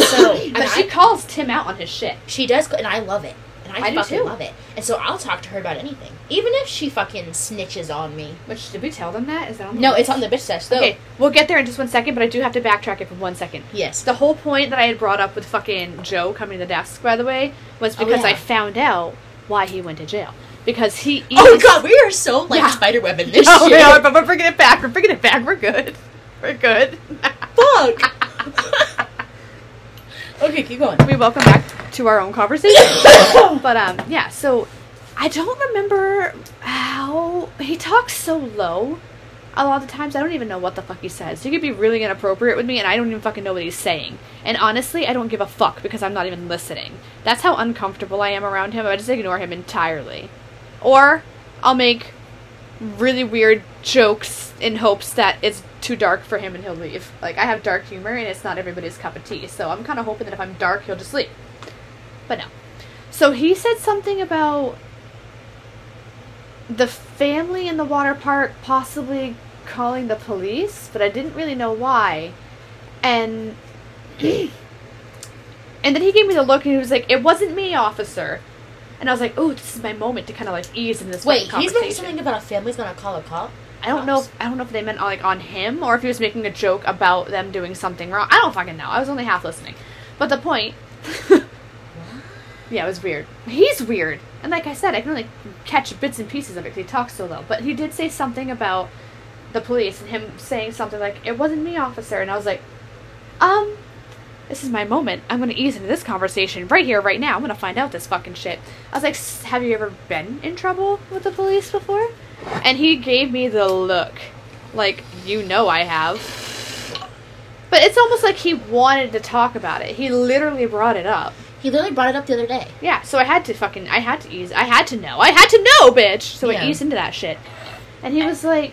B: so and
A: But she
B: I-
A: calls Tim out on his shit.
B: she does, go- and I love it. And I,
A: I do
B: fucking
A: too.
B: love it. And so I'll talk to her about anything. Even if she fucking snitches on me.
A: Which did we tell them that? Is that on the
B: No,
A: list?
B: it's on the bitch sesh though.
A: Okay, we'll get there in just one second, but I do have to backtrack it for one second.
B: Yes.
A: The whole point that I had brought up with fucking Joe coming to the desk, by the way, was
B: Oh,
A: because
B: yeah.
A: I found out why he went to jail. Because he.
B: Oh
A: eats-
B: god, we are so like
A: Yeah.
B: spider web in this
A: Oh,
B: shit.
A: we are, but we're bringing it back. We're bringing it back. We're good. We're good.
B: Fuck. okay, keep going.
A: we welcome back to our own conversation. but um, yeah. So I don't remember how he talks so low. A lot of the times, I don't even know what the fuck he says. He could be really inappropriate with me, and I don't even fucking know what he's saying. And honestly, I don't give a fuck because I'm not even listening. That's how uncomfortable I am around him. I just ignore him entirely, or I'll make really weird jokes in hopes that it's too dark for him and he'll leave. Like I have dark humor and it's not everybody's cup of tea, so I'm kind of hoping that if I'm dark, he'll just leave. But no. So he said something about the family in the water park possibly calling the police, but I didn't really know why. And and then he gave me the look and he was like, "It wasn't me, officer." And I was like, oh, this is my moment to kind of like ease into this fucking
B: Wait, he's
A: conversation.
B: making something about a family's gonna call a cop.
A: I don't know. If, I don't know if they meant like on him or if he was making a joke about them doing something wrong. I don't fucking know. I was only half listening, but the point. yeah, it was weird. He's weird, and like I said, I can only catch bits and pieces of it because he talks so low. But he did say something about the police and him saying something like, "It wasn't me, officer," and I was like, um, this is my moment. I'm gonna ease into this conversation right here, right now. I'm gonna find out this fucking shit. I was like, "S- have you ever been in trouble with the police before? And he gave me the look. Like, you know I have. But it's almost like he wanted to talk about it. He literally brought it up.
B: He literally brought it up the other day.
A: Yeah, so I had to fucking, I had to ease, I had to know, I had to know, bitch. So
B: Yeah.
A: I eased into that shit, and he was like,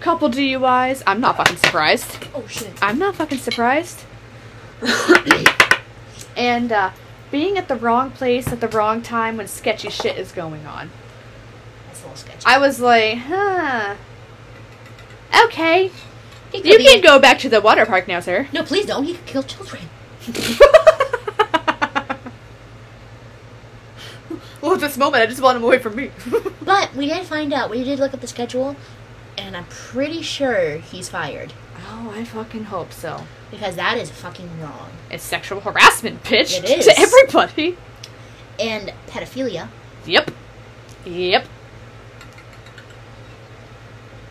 A: "Couple DUIs." I'm not fucking surprised.
B: Oh shit.
A: I'm not fucking surprised. and uh, being at the wrong place at the wrong time when sketchy shit is going on.
B: That's a little sketchy.
A: I was like, huh. Okay.
B: He could
A: You
B: be-
A: can go back to the water park now, sir.
B: No, please don't. He could kill children.
A: well, at this moment, I just want him away from me.
B: But we did find out. We did look at the schedule, and I'm pretty sure he's fired
A: oh, I fucking hope so.
B: because that is fucking wrong.
A: It's sexual harassment, bitch.
B: It is.
A: To everybody.
B: And pedophilia.
A: Yep. Yep.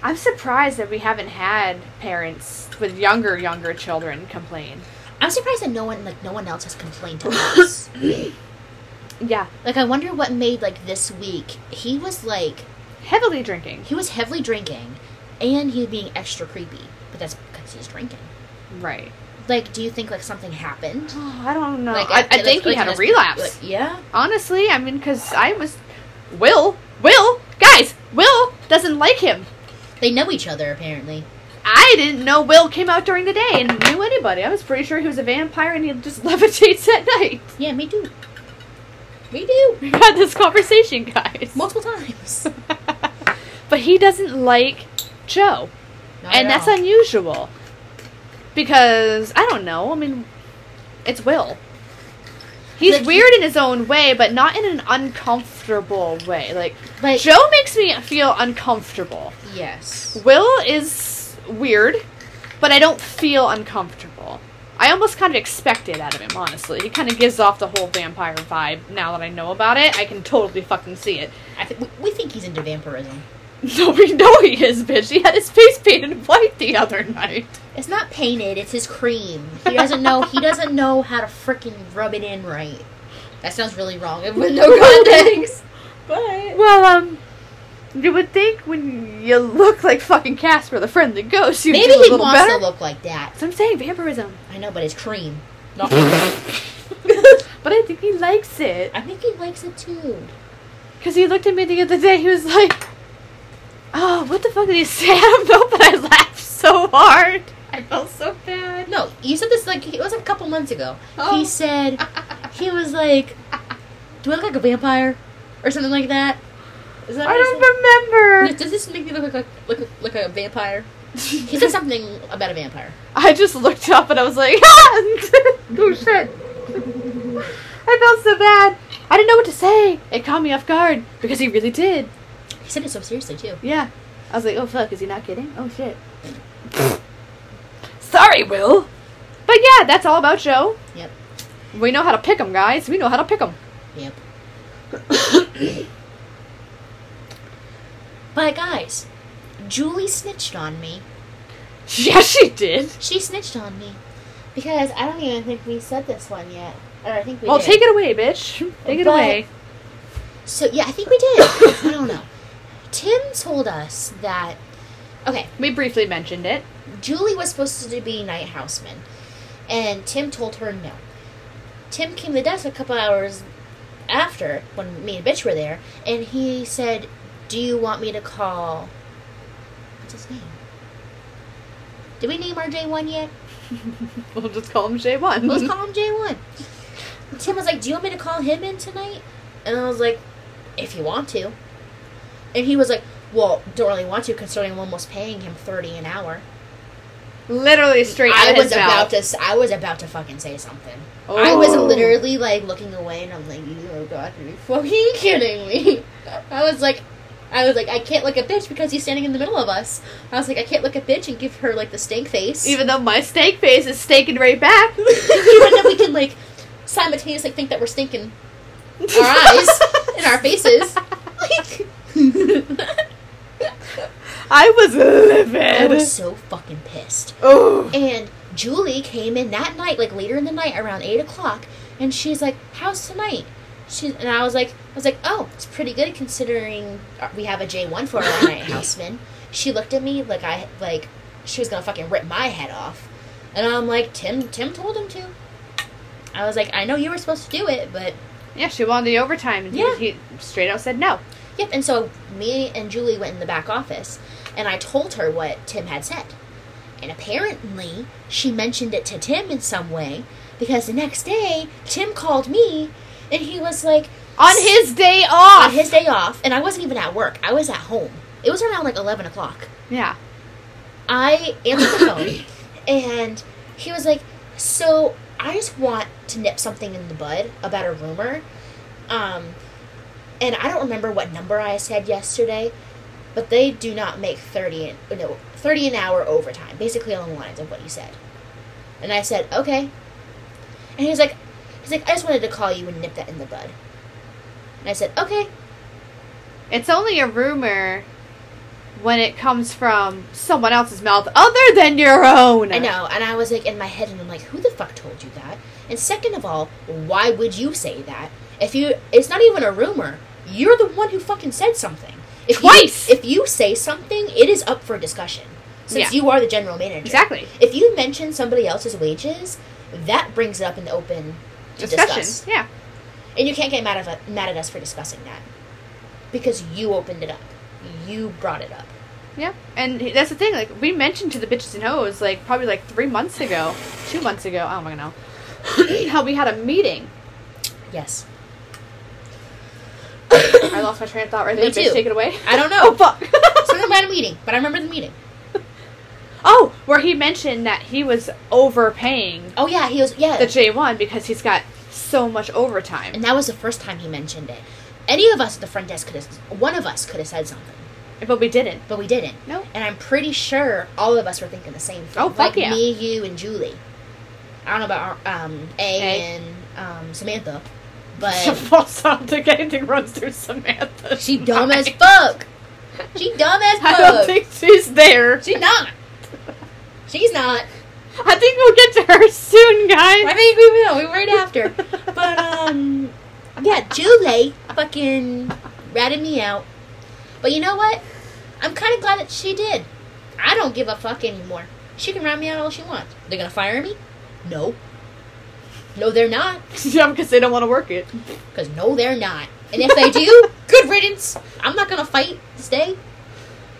A: I'm surprised that we haven't had parents with younger, younger children complain.
B: I'm surprised that no one, like no one else, has complained to us.
A: Yeah.
B: like I wonder what made like this week. He was like
A: Heavily drinking.
B: he was heavily drinking, and he was being extra creepy. But that's because he's drinking.
A: Right.
B: Like, do you think like something happened?
A: Oh, I don't know.
B: Like,
A: I, I
B: like,
A: think he
B: like,
A: had a
B: his-
A: relapse.
B: like, yeah.
A: Honestly, I mean, because I was. Will! Will! Guys! Will doesn't like him.
B: They know each other apparently.
A: I didn't know Will came out during the day and knew anybody. I was pretty sure he was a vampire and he just levitates at night.
B: Yeah, me too. Me too.
A: We had this conversation, guys.
B: Multiple times.
A: but he doesn't like Joe.
B: Not
A: and
B: at
A: that's
B: all.
A: unusual. Because, I don't know, I mean, it's Will. He's
B: Like, he-
A: weird in his own way, but not in an uncomfortable way. Like,
B: But-
A: Joe makes me feel uncomfortable.
B: yes.
A: Will is weird, but I don't feel uncomfortable. I almost kind of expect it out of him, honestly. He kind of gives off the whole vampire vibe. Now that I know about it, I can totally fucking see it.
B: I th- we, we think he's into vampirism.
A: No, we know he is, bitch. He had his face painted white the other night.
B: It's not painted. It's his cream. He doesn't know. he doesn't know how to freaking rub it in right. That sounds really wrong. With no context. but
A: Well, um, you would think when you look like fucking Casper the Friendly Ghost, you'd
B: maybe
A: do a
B: he
A: little
B: wants
A: better.
B: to look like that.
A: So I'm saying vampirism,
B: I know, but it's cream.
A: but I think he likes it
B: I think he likes it too.
A: because he looked at me the other day. He was like, "Oh, what the fuck did he say?" I don't know, but I laughed so hard. I felt so bad.
B: No, you said this like it was a couple months ago.
A: Oh.
B: He said he was like, "Do I look like a vampire?" or something like that. Is that
A: I
B: what he said?
A: don't remember.
B: Does this make me look like a, look like a vampire? He said something about a vampire.
A: I just looked up and I was like, ah! oh shit. I felt so bad. I didn't know what to say. It caught me off guard because he really did.
B: He said it so seriously too.
A: Yeah. I was like, oh fuck, is he not kidding? Oh shit. Sorry, Will. But yeah, that's all about Joe.
B: Yep.
A: We know how to pick him, guys. We know how to pick him.
B: Yep. but guys, Julie snitched on me.
A: Yeah, she did.
B: She snitched on me because I don't even think we said this one yet. Or I think we
A: well,
B: did.
A: take it away, bitch. Take it
B: But-
A: away.
B: So yeah, I think we did. I don't know. Tim told us that okay,
A: We briefly mentioned it.
B: Julie was supposed to be night houseman, and Tim told her no. Tim came to the desk a couple hours after when me and Bitch were there, and he said, "Do you want me to call?" What's his name? Did we name our J one yet?
A: We'll just call him J1.
B: Let's call him J one. Tim was like, "Do you want me to call him in tonight?" And I was like, "If you want to." And he was like, "Well, don't really want to, considering I'm almost paying him thirty an hour."
A: Literally straight out
B: I
A: of
B: was
A: his mouth.
B: about to. s- I was about to fucking say something. I was
A: Oh.
B: literally like looking away, and I'm like, "You are got to be fucking kidding me!" I was like, I was like, I can't look at bitch because he's standing in the middle of us. I was like, I can't look at bitch and give her like the stank face.
A: Even though my steak face is staking right back.
B: even though we can like simultaneously think that we're stinking our eyes in our faces. Like,
A: I was livid.
B: I was so fucking pissed.
A: oh.
B: And Julie came in that night, like later in the night, around eight o'clock, and she's like, "How's tonight?" She and I was like, "I was like, oh, it's pretty good considering uh, we have a J one for our night, Houseman." She looked at me like I like she was gonna fucking rip my head off, and I'm like, "Tim, Tim told him to." I was like, "I know you were supposed to do it, but
A: Yeah, she wanted the overtime, and he-
B: Yeah.
A: he, straight out said no.
B: Yep, and so me and Julie went in the back office and I told her what Tim had said. And apparently she mentioned it to Tim in some way because the next day Tim called me and he was like
A: On his day off.
B: on his day off and I wasn't even at work. I was at home. It was around like eleven o'clock.
A: yeah.
B: I answered the phone, and he was like, "So I just want to nip something in the bud about a rumor, um, and I don't remember what number I said yesterday, but they do not make thirty an, no thirty an hour overtime, basically along the lines of what you said." And I said, "Okay," and he was like, "He's like, I just wanted to call you and nip that in the bud," and I said, "Okay."
A: It's only a rumor when it comes from someone else's mouth other than your own.
B: I know, and I was like in my head, and I'm like, who the fuck told you that? And second of all, why would you say that? If you, it's not even a rumor. You're the one who fucking said something. If
A: Twice!
B: You, if you say something, it is up for discussion. Since
A: Yeah.
B: you are the general manager,
A: Exactly.
B: If you mention somebody else's wages, that brings it up in the open to
A: Discussion.
B: discuss,
A: Yeah.
B: and you can't get mad at mad at us for discussing that because you opened it up. You brought it up.
A: Yeah. And he- that's the thing, like, we mentioned to the bitches and hoes, like, probably like three months ago, two months ago, I don't fucking know, how we had a meeting.
B: Yes.
A: I lost my train of thought right
B: Me
A: there. Bitch,
B: too.
A: take it away.
B: I don't
A: Oh,
B: know.
A: fuck.
B: Something about a meeting, but I remember the meeting.
A: oh, where he mentioned that he was overpaying
B: Oh yeah, he was yeah.
A: the J1 because he's got so much overtime.
B: And that was the first time he mentioned it. Any of us at the front desk could have, one of us could have said something,
A: But we didn't.
B: but we didn't.
A: No.
B: And I'm pretty sure all of us were thinking the same thing.
A: Oh, fuck
B: like
A: yeah.
B: me, you, and Julie. I don't know about um, A,
A: A.
B: and um, Samantha,
A: She
B: but
A: falls out like anything runs through Samantha.
B: she dumb as
A: Right.
B: fuck. She dumb as
A: I don't
B: fuck.
A: think she's there.
B: She's not. She's not.
A: I think we'll get to her soon,
B: I
A: guys.
B: think we will. We right after. But um, yeah, Julie fucking ratted me out. But you know what? I'm kind of glad that she did. I don't give a fuck anymore. She can rat me out all she wants. They're gonna fire me? No. No, they're not.
A: yeah, because they don't want to work it.
B: Cause no, they're not. And if they do, good riddance. I'm not gonna fight. Stay.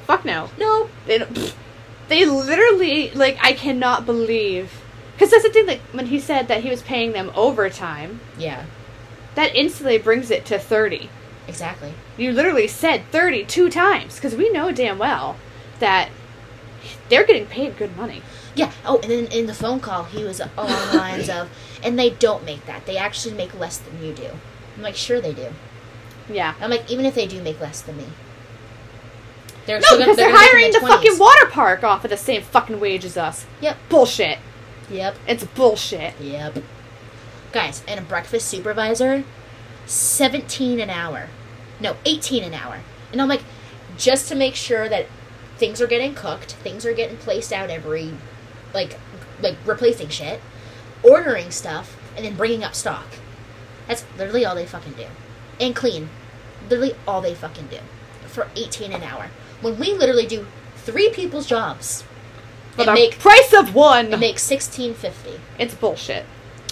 A: Fuck no.
B: No.
A: They don't, pfft. they literally like I cannot believe because that's the thing. Like when he said that he was paying them overtime,
B: Yeah.
A: that instantly brings it to thirty.
B: Exactly.
A: You literally said 30 two times because we know damn well that they're getting paid good money.
B: Yeah. Oh, and then in the phone call, he was all on the lines of, and they don't make that. They actually make less than you do. I'm like, sure they do.
A: Yeah.
B: I'm like, even if they do make less than me, they're
A: No, because they're,
B: gonna make
A: hiring
B: in
A: the fucking
B: 20s.
A: water park off of the same fucking wage as us.
B: Yep,
A: Bullshit.
B: yep,
A: It's bullshit.
B: yep. Guys, and a breakfast supervisor, seventeen an hour, no, eighteen an hour, and I'm like, just to make sure that things are getting cooked, things are getting placed out every, like, like replacing shit, ordering stuff, and then bringing up stock. That's literally all they fucking do, and clean. literally all they fucking do for 18 an hour when we literally do three people's jobs
A: For
B: and
A: the
B: make
A: price of one.
B: and make 1650
A: it's bullshit.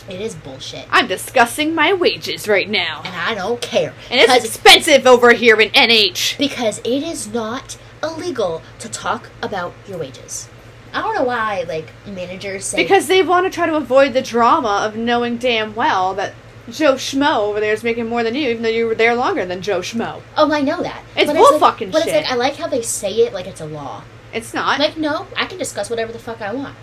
B: it is bullshit
A: I'm discussing my wages right now.
B: and i don't care
A: And it's
B: 'Cause-
A: expensive over here in NH.
B: because it is not illegal to talk about your wages i don't know why like managers say
A: Because they want to try to avoid the drama of knowing damn well that Joe Schmo over there is making more than you, even though you were there longer than Joe Schmo.
B: oh i know that
A: It's
B: But
A: bull
B: like-
A: fucking
B: but
A: shit.
B: it's like i like how they say it like it's a law
A: It's not.
B: Like, no, I can discuss whatever the fuck I want.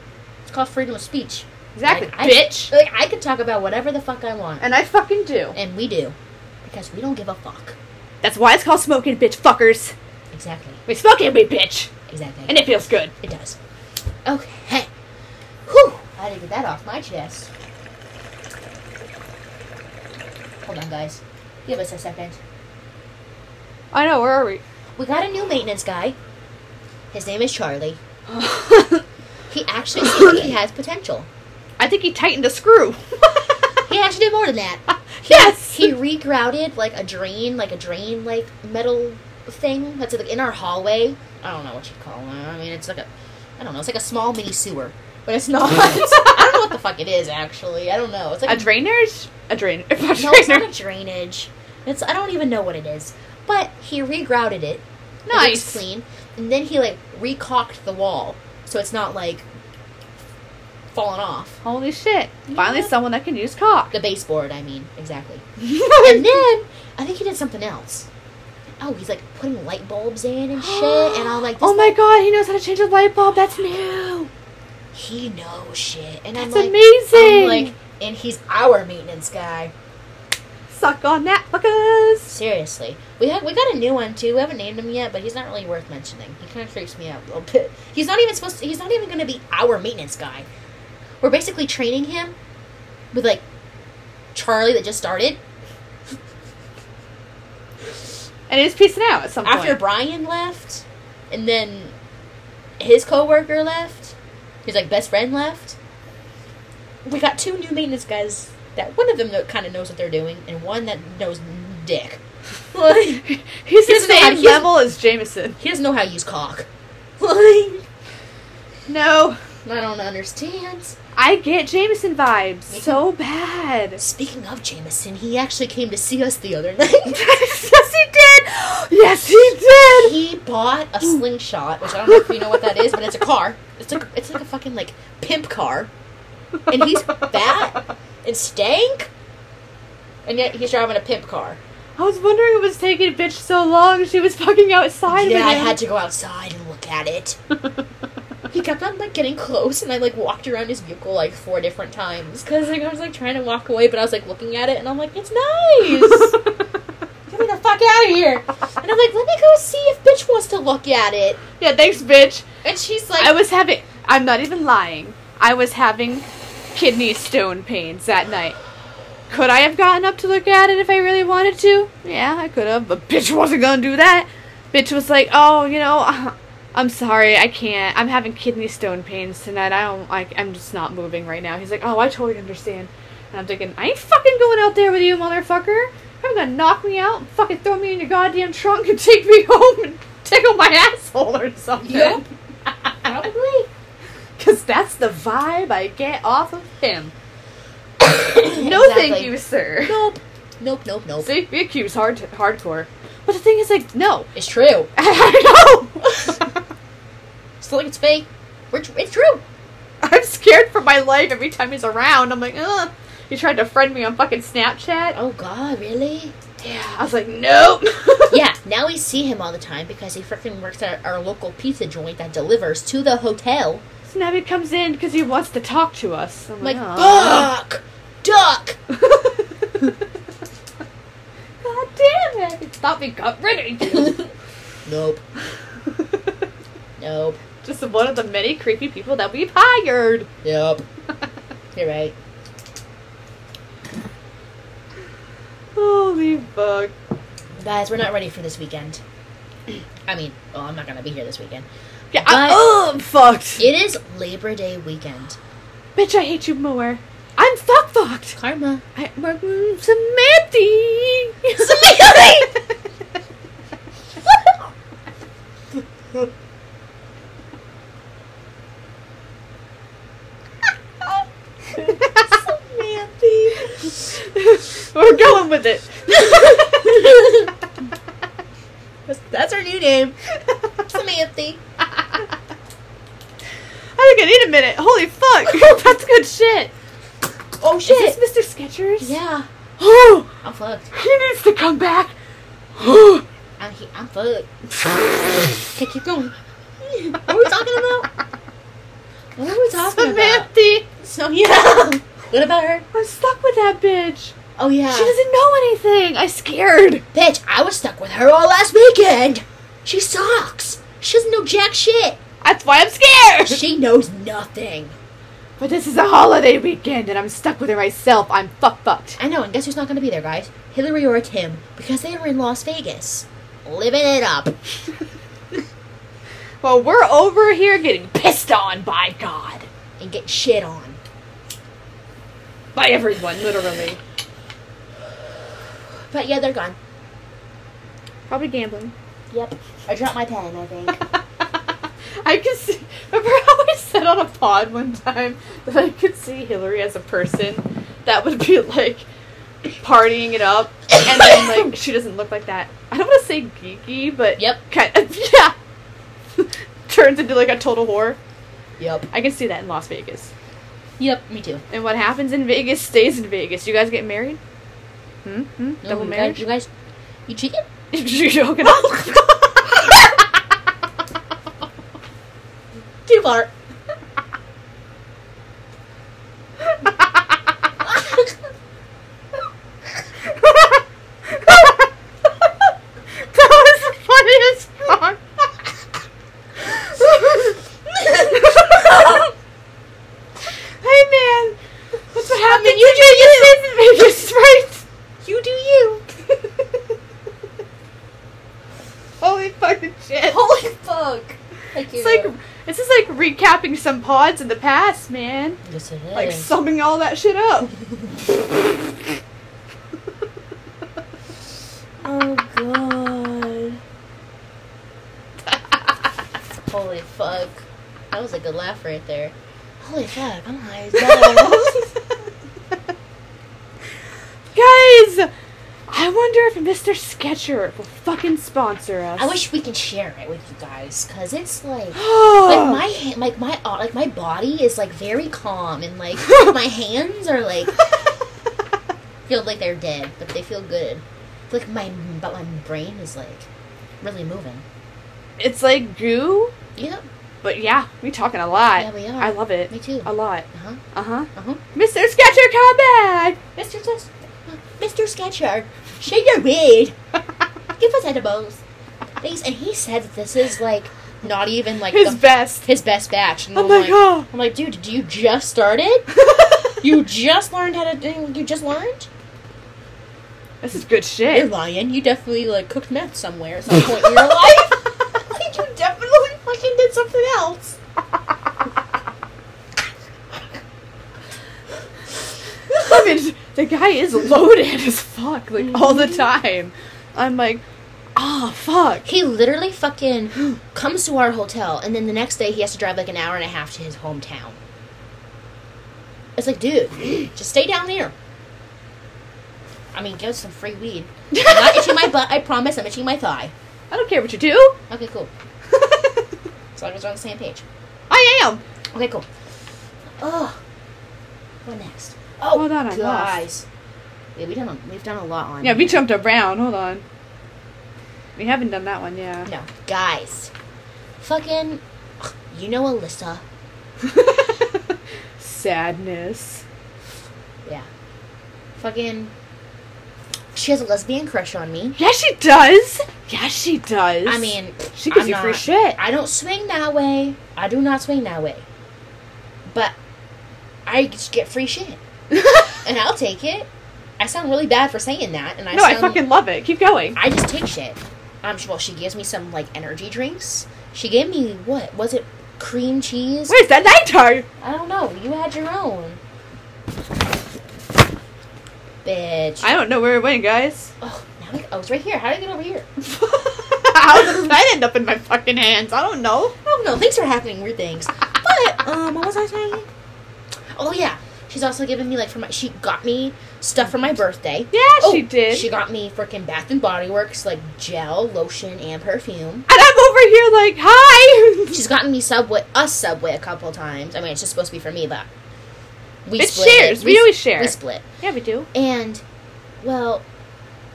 B: It's called freedom of speech.
A: exactly.
B: Like, I-
A: bitch.
B: Like, I can talk about whatever the fuck I want.
A: and I fucking do.
B: And we do. Because we don't give a fuck.
A: That's why it's called smoking, bitch fuckers.
B: Exactly.
A: We smoking, we bitch.
B: Exactly.
A: And it feels good.
B: It does. Okay. Whew! I had to get that off my chest. Hold on, guys. Give us a second.
A: I know, where are we?
B: We got a new maintenance guy. His name is Charlie. He actually seems like he has potential.
A: I think he tightened a screw.
B: He actually did more than that.
A: yes!
B: He regrouted like a drain, like a drain, like metal thing that's like in our hallway. I don't know what you call it. I mean, it's like a, I don't know. It's like a small mini sewer, but it's not. I don't know what the fuck it is actually. I don't know. It's like
A: a drainage? A drain. A
B: No, it's not
A: drainer.
B: a drainage. It's I don't even know what it is. But he regrouted it. It looks
A: Nice.
B: clean. And then he like recocked the wall, so it's not like falling off
A: Holy shit. Finally,
B: Yeah.
A: someone that can use cock.
B: the baseboard. I mean, exactly. and
A: and
B: then I think he did something else. Oh, he's like putting light bulbs in and shit, and I'm like, this,
A: oh my god, he knows how to change a light bulb. That's new.
B: he knows shit, and
A: That's
B: I'm like,
A: amazing.
B: I'm like, and he's our maintenance guy.
A: Suck on that, fuckers.
B: Seriously, we have, we got a new one too. We haven't named him yet, but he's not really worth mentioning. He kind of freaks me out a little bit. He's not even supposed. To, he's not even going to be our maintenance guy. We're basically training him with like Charlie that just started
A: And he's peacing out at some point.
B: after Brian left, and then his coworker left. His like best friend left. We got two new maintenance guys. That one of them that kind of knows what they're doing, and one that knows dick. Like,
A: He's the
B: doesn't know how to
A: same
B: use-
A: level as Jameson.
B: he doesn't know how to use cock. Like.
A: No,
B: I don't understand.
A: I get Jameson vibes
B: Make
A: so bad.
B: Speaking of Jameson, he actually came to see us the other night.
A: yes, he did. Yes, he did.
B: he bought a slingshot, which I don't know if you know what that is, but it's a car. It's like it's like a fucking like pimp car, and he's fat and stank, and yet he's driving a pimp car.
A: I was wondering what was taking bitch so long. She was fucking outside with
B: yeah, I
A: him.
B: had to go outside and look at it. he kept on like getting close, and I like walked around his vehicle like four different times because like I was like trying to walk away, but I was like looking at it, and I'm like, it's nice. Get me the fuck out of here. And I'm like, let me go see if bitch wants to look at it.
A: yeah, thanks, bitch.
B: And she's like,
A: I was having. I'm not even lying. I was having kidney stone pains that night. Could I have gotten up to look at it if I really wanted to? Yeah, I could have, but bitch wasn't gonna do that. Bitch was like, "Oh, you know, I'm sorry, I can't. I'm having kidney stone pains tonight. I don't. I, I'm just not moving right now." He's like, "Oh, I totally understand." And I'm thinking, "I ain't fucking going out there with you, motherfucker. You're gonna knock me out, and fucking throw me in your goddamn trunk, and take me home and tickle my asshole or something."
B: Yep. probably.
A: Because that's the vibe I get off of him. No thank you, sir.
B: Nope. Nope, nope, nope.
A: See, he accused hard, hardcore. But the thing is, like, no.
B: It's true.
A: I know!
B: Still think it's fake. We're tr- it's true.
A: I'm scared for my life every time he's around. I'm like, ugh. He tried to friend me on fucking Snapchat.
B: Oh, God, really?
A: Yeah. I was like, nope.
B: yeah, now we see him all the time because he freaking works at our local pizza joint that delivers to the hotel.
A: So now he comes in because he wants to talk to us. I'm
B: I'm like,
A: like, oh.
B: fuck! Duck!
A: God damn it. Thought we got rid of
B: Nope.
A: you.
B: Nope.
A: Just one of the many creepy people that we've hired.
B: Nope. You're right.
A: Holy fuck.
B: Guys, we're not ready for this weekend. I mean, well, I'm not gonna be here this weekend.
A: Yeah,
B: I-
A: I, am fucked.
B: It is Labor Day weekend.
A: Bitch, I hate you more. I'm fuck fucked.
B: Karma.
A: I, mm, Samantha. Samantha. We're going with it.
B: That's, that's our new name. Samantha.
A: I think I need a minute. Holy fuck. That's good shit.
B: Oh
A: Is this Mr. Skechers?
B: Yeah.
A: Oh,
B: I'm fucked.
A: he needs to come back. Oh.
B: I'm, he- I'm fucked. Okay, keep going. What were we talking about? What were we talking about?
A: Samantha,
B: So yeah. What about her?
A: I'm stuck with that bitch.
B: Oh yeah.
A: She doesn't know anything. I scared.
B: Bitch, I was stuck with her all last weekend. She sucks. She doesn't know jack shit.
A: That's why I'm scared.
B: She knows nothing.
A: But this is a holiday weekend, and I'm stuck with her myself. I'm fuck fucked.
B: I know, and guess who's not going to be there, guys? Hillary or Tim, because they were in Las Vegas, living it up.
A: Well, we're over here getting pissed on by God,
B: and get shit on.
A: by everyone, literally.
B: But yeah, they're gone.
A: Probably gambling.
B: Yep. I dropped my pen, I think.
A: I could see. Remember how I said on a pod one time that I could see Hillary as a person that would be like partying it up, and then like she doesn't look like that. I don't want to say geeky, but
B: Yep.
A: kind of, yeah, turns into like a total whore.
B: yep.
A: I can see that in Las Vegas.
B: Yep, me too.
A: And what happens in Vegas stays in Vegas. You guys get married? Hmm. hmm?
B: No,
A: Double
B: you
A: marriage.
B: Guys, you guys, you cheated?
A: You're joking.
B: Too far.
A: that was the funniest song. hey man, that's what happened. You do you said in Vegas, right?
B: You do you.
A: Holy fucking shit!
B: Holy fuck. Thank you.
A: It's like this is like recapping some pods in the past, man.
B: Yes, it is.
A: Like summing all that shit up.
B: oh god. Holy fuck. That was a good laugh right there. Holy fuck, I'm high as hell.
A: Guys, I wonder if Mr. Sketcher will fucking sponsor us.
B: I wish we could share it with you guys, cause it's like like
A: like
B: my ha- like my uh, like my body is like very calm and like my hands are like feel like they're dead, but they feel good. Like my but my brain is like really moving.
A: it's like goo,
B: Yep.
A: but yeah, we talking a lot.
B: Yeah, we are.
A: I love it.
B: Me too.
A: A lot.
B: Uh huh.
A: Uh huh.
B: Uh huh.
A: Mr. Sketcher, come back.
B: Mr. Sketch- Mr. Sketcher, shake your weed. Give us edibles. Thanks. And he said that this is like not even like
A: His
B: the-
A: best.
B: his best batch. And
A: Oh
B: I'm
A: my
B: like,
A: God.
B: I'm like, dude, do you just started? You just learned how to do. You just learned.
A: this is good
B: You're
A: shit.
B: lying. You definitely like cooked meth somewhere at some point in your life. Like, you definitely fucking did something else.
A: I mean, the guy is loaded as fuck, like all the time. I'm like, ah, fuck.
B: He literally fucking comes to our hotel, and then the next day he has to drive like an hour and a half to his hometown. It's like, dude, just stay down here. I mean, give us some free weed. I'm not itching my butt. I promise. I'm itching my thigh.
A: I don't care what you do.
B: Okay, cool. As long as we're on the same page.
A: I am.
B: Okay, cool. Oh, what next? Oh,
A: Hold on, I lost.
B: guys, yeah, we done a, we've done a lot on.
A: Yeah, we jumped around. Hold on. We haven't done that one, yeah.
B: no, guys, fucking, you know Alyssa.
A: Sadness.
B: Yeah. Fucking. She has a lesbian crush on me.
A: Yeah, she does. Yeah, she does.
B: I mean,
A: she gives
B: I'm
A: you free
B: not-
A: shit.
B: I don't swing that way. I do not swing that way. But I just get free shit, and I'll take it. I sound really bad for saying that, and I
A: no, I
B: sound,
A: fucking love it. Keep going.
B: I just take shit. Um, she- well, she gives me some like energy drinks. She gave me what was it? Cream cheese.
A: Where's that nightar?
B: I don't know. You had your own. Bitch.
A: I don't know where it went, guys.
B: oh, now we, oh, it's right here. How did I get over here?
A: How did that end up in my fucking hands? I don't know.
B: I don't know. Oh, Things are happening. Weird things. But um, what was I saying? Oh yeah, she's also giving me like for my. She got me stuff for my birthday.
A: Yeah,
B: Oh,
A: she did.
B: She got me freaking Bath and Body Works like gel, lotion, and perfume.
A: and I'm over here like, hi.
B: She's gotten me Subway, us Subway a couple times. I mean, it's just supposed to be for me, but we
A: It
B: split.
A: shares. We always share.
B: We split.
A: yeah, we do.
B: And well,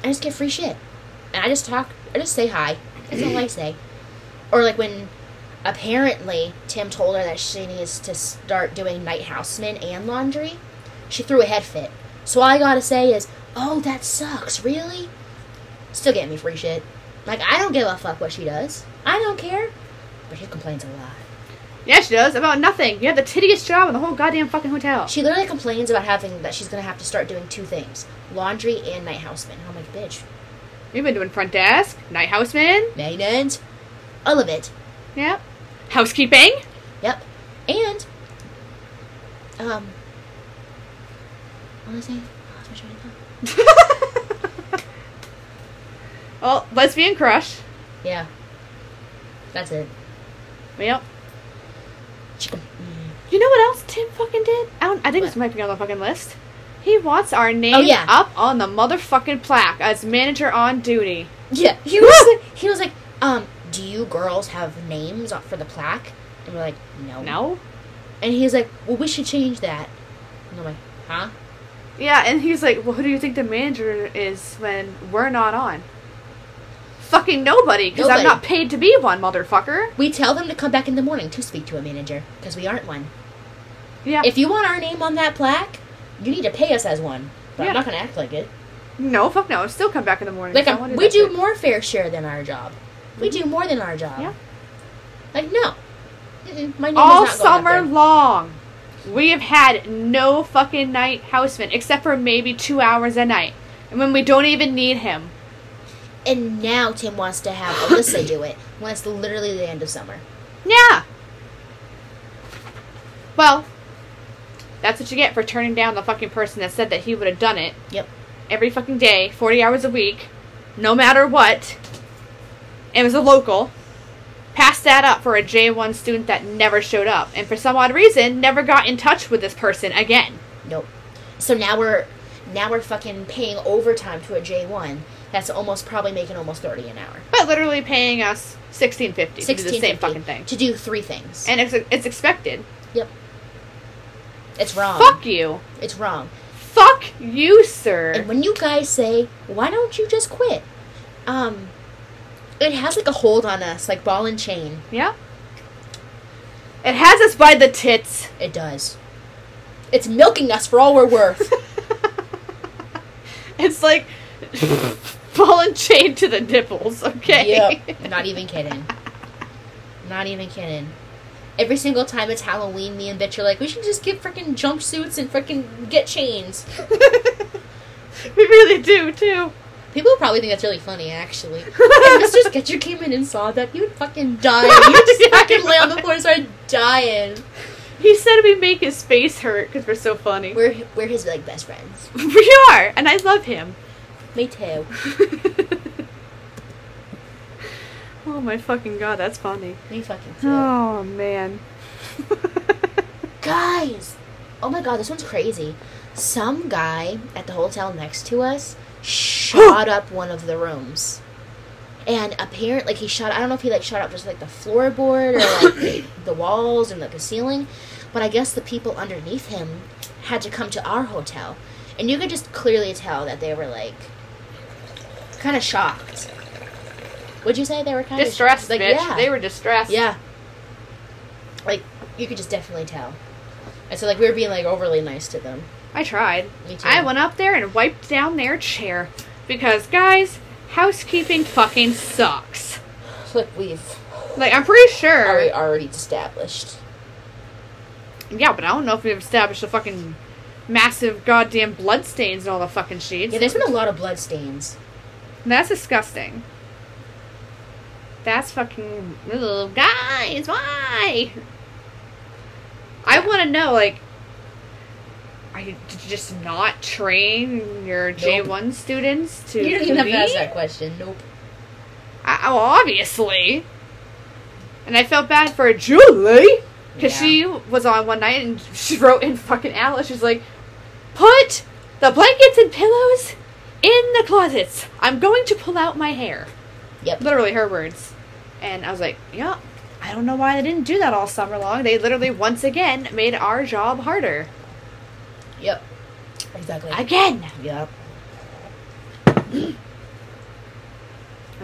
B: I just get free shit, and I just talk. I just say hi. That's all I say. Or like when Apparently, Tim told her that she needs to start doing night houseman and laundry. She threw a head fit. So all I gotta say is, oh, that sucks, really? Still getting me free shit. Like, I don't give a fuck what she does. I don't care. But she complains a lot.
A: Yeah, she does. About nothing. You have the tittiest job in the whole goddamn fucking hotel.
B: She literally complains about having that she's gonna have to start doing two things laundry and night houseman. I'm like, bitch,
A: You've been doing front desk, night houseman,
B: maintenance, all of it.
A: yep, housekeeping.
B: Yep. And um what was I saying? I lost my train of thought.
A: Oh, lesbian crush.
B: Yeah. That's it.
A: Yep.
B: She com- mm.
A: You know what else Tim fucking did? I, don't, I think this
B: What?
A: might be on the fucking list. He wants our name
B: yeah.
A: up on the motherfucking plaque as manager on duty.
B: Yeah. He was he was like, um, do you girls have names up for the plaque? And we're like, no.
A: No?
B: And he's like, well, we should change that. And I'm like, huh?
A: Yeah, and he's like, well, who do you think the manager is when we're not on? Fucking nobody, because I'm
B: Nobody.
A: not paid to be one, motherfucker.
B: We tell them to come back in the morning to speak to a manager because we aren't one.
A: Yeah.
B: If you want our name on that plaque, you need to pay us as one. But
A: Yeah.
B: I'm not gonna act like it.
A: no, fuck no. Still come back in the morning.
B: Like
A: I
B: um,
A: wanna
B: we
A: that
B: do
A: shit.
B: more fair share than our job. We do more than our job.
A: Mm-hmm. Yeah.
B: Like no. Mm-mm, my name
A: all
B: is not
A: summer
B: going up
A: long. We have had no fucking night houseman except for maybe two hours a night, and when we don't even need him.
B: there. And now Tim wants to have Alyssa do it when it's literally the end of summer.
A: Yeah. Well, that's what you get for turning down the fucking person that said that he would have done it
B: Yep.
A: every fucking day, forty hours a week, no matter what. And it was a local. Passed that up for a J one student that never showed up, and for some odd reason, never got in touch with this person again.
B: Nope. So now we're now we're fucking paying overtime to a J one. That's almost probably making almost thirty an hour.
A: but literally paying us sixteen fifty to do the same
B: 16.50
A: fucking thing,
B: To do three things.
A: and it's it's expected.
B: yep. It's wrong.
A: Fuck you,
B: It's wrong.
A: fuck you, sir.
B: And when you guys say, "Why don't you just quit?" Um, it has like a hold on us, like ball and chain.
A: yeah, it has us by the tits.
B: It does. It's milking us for all we're worth.
A: It's like ball and chain to the nipples. Okay.
B: Yep. Not even kidding. Not even kidding. Every single time it's Halloween, me and bitch are like, we should just get freaking jumpsuits and freaking get chains.
A: we really do too.
B: People probably think that's really funny, actually. If Mr. Sketcher came in and saw that, he would fucking die. He would just
A: Yeah, I
B: fucking lay on the
A: would.
B: floor and start dying.
A: He said we make his face hurt because we're so funny.
B: We're we're his like best friends.
A: we are, and I love him.
B: Me too.
A: oh my fucking god, that's funny.
B: Me fucking too.
A: Oh man.
B: Guys! Oh my god, this one's crazy. Some guy at the hotel next to us shot up one of the rooms. And apparently, like, he shot, I don't know if he, like, shot up just, like, the floorboard or, like, the, the walls and, like, the ceiling. But I guess the people underneath him had to come to our hotel. And you could just clearly tell that they were, like, kind of shocked. Would you say they were kind of
A: distressed, bitch.
B: Yeah.
A: They were distressed.
B: Yeah. Like you could just definitely tell. And so like we were being like overly nice to them.
A: I tried.
B: Me too.
A: I went up there and wiped down their chair because guys, housekeeping fucking sucks.
B: Look, we've
A: Like I'm pretty sure.
B: already already established.
A: Yeah, but I don't know if we've established the fucking massive goddamn bloodstains and all the fucking sheets.
B: Yeah, there's been a lot of blood stains.
A: That's disgusting. That's fucking ugh, guys. Why? I want to know. Like, are you did you just not train your J one students to?
B: You didn't even have to ask
A: be?
B: that question. Nope.
A: I, well, obviously. And I felt bad for Julie because
B: Yeah.
A: she was on one night and she wrote in fucking Alice. She's like, "Put the blankets and pillows in the closets. I'm going to pull out my hair."
B: Yep.
A: Literally her words. And I was like, "Yeah, I don't know why they didn't do that all summer long. They literally once again made our job harder
B: Yep. Exactly.
A: again."
B: yep.
A: And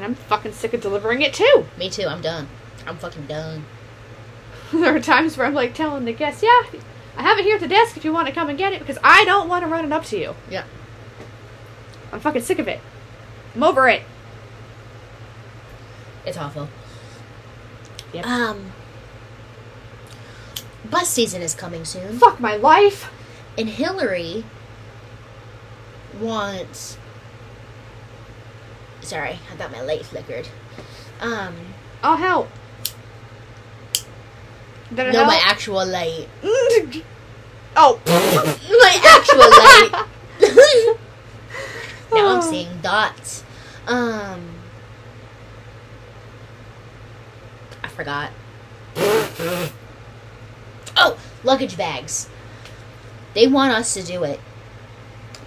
A: I'm fucking sick of delivering it too.
B: Me too. I'm done. I'm fucking done.
A: there are times where I'm like telling the guests, yeah, I have it here at the desk if you want to come and get it because I don't want to run it up to you.
B: Yeah.
A: I'm fucking sick of it. I'm over it.
B: It's awful.
A: Yep.
B: Um, bus season is coming soon,
A: Fuck my life.
B: and Hillary wants. Sorry, I got my light flickered. Um,
A: I'll help. Did it
B: no, my
A: help?
B: actual light.
A: oh.
B: My actual light. now I'm seeing dots. Um, I forgot. oh, luggage bags. They want us to do it.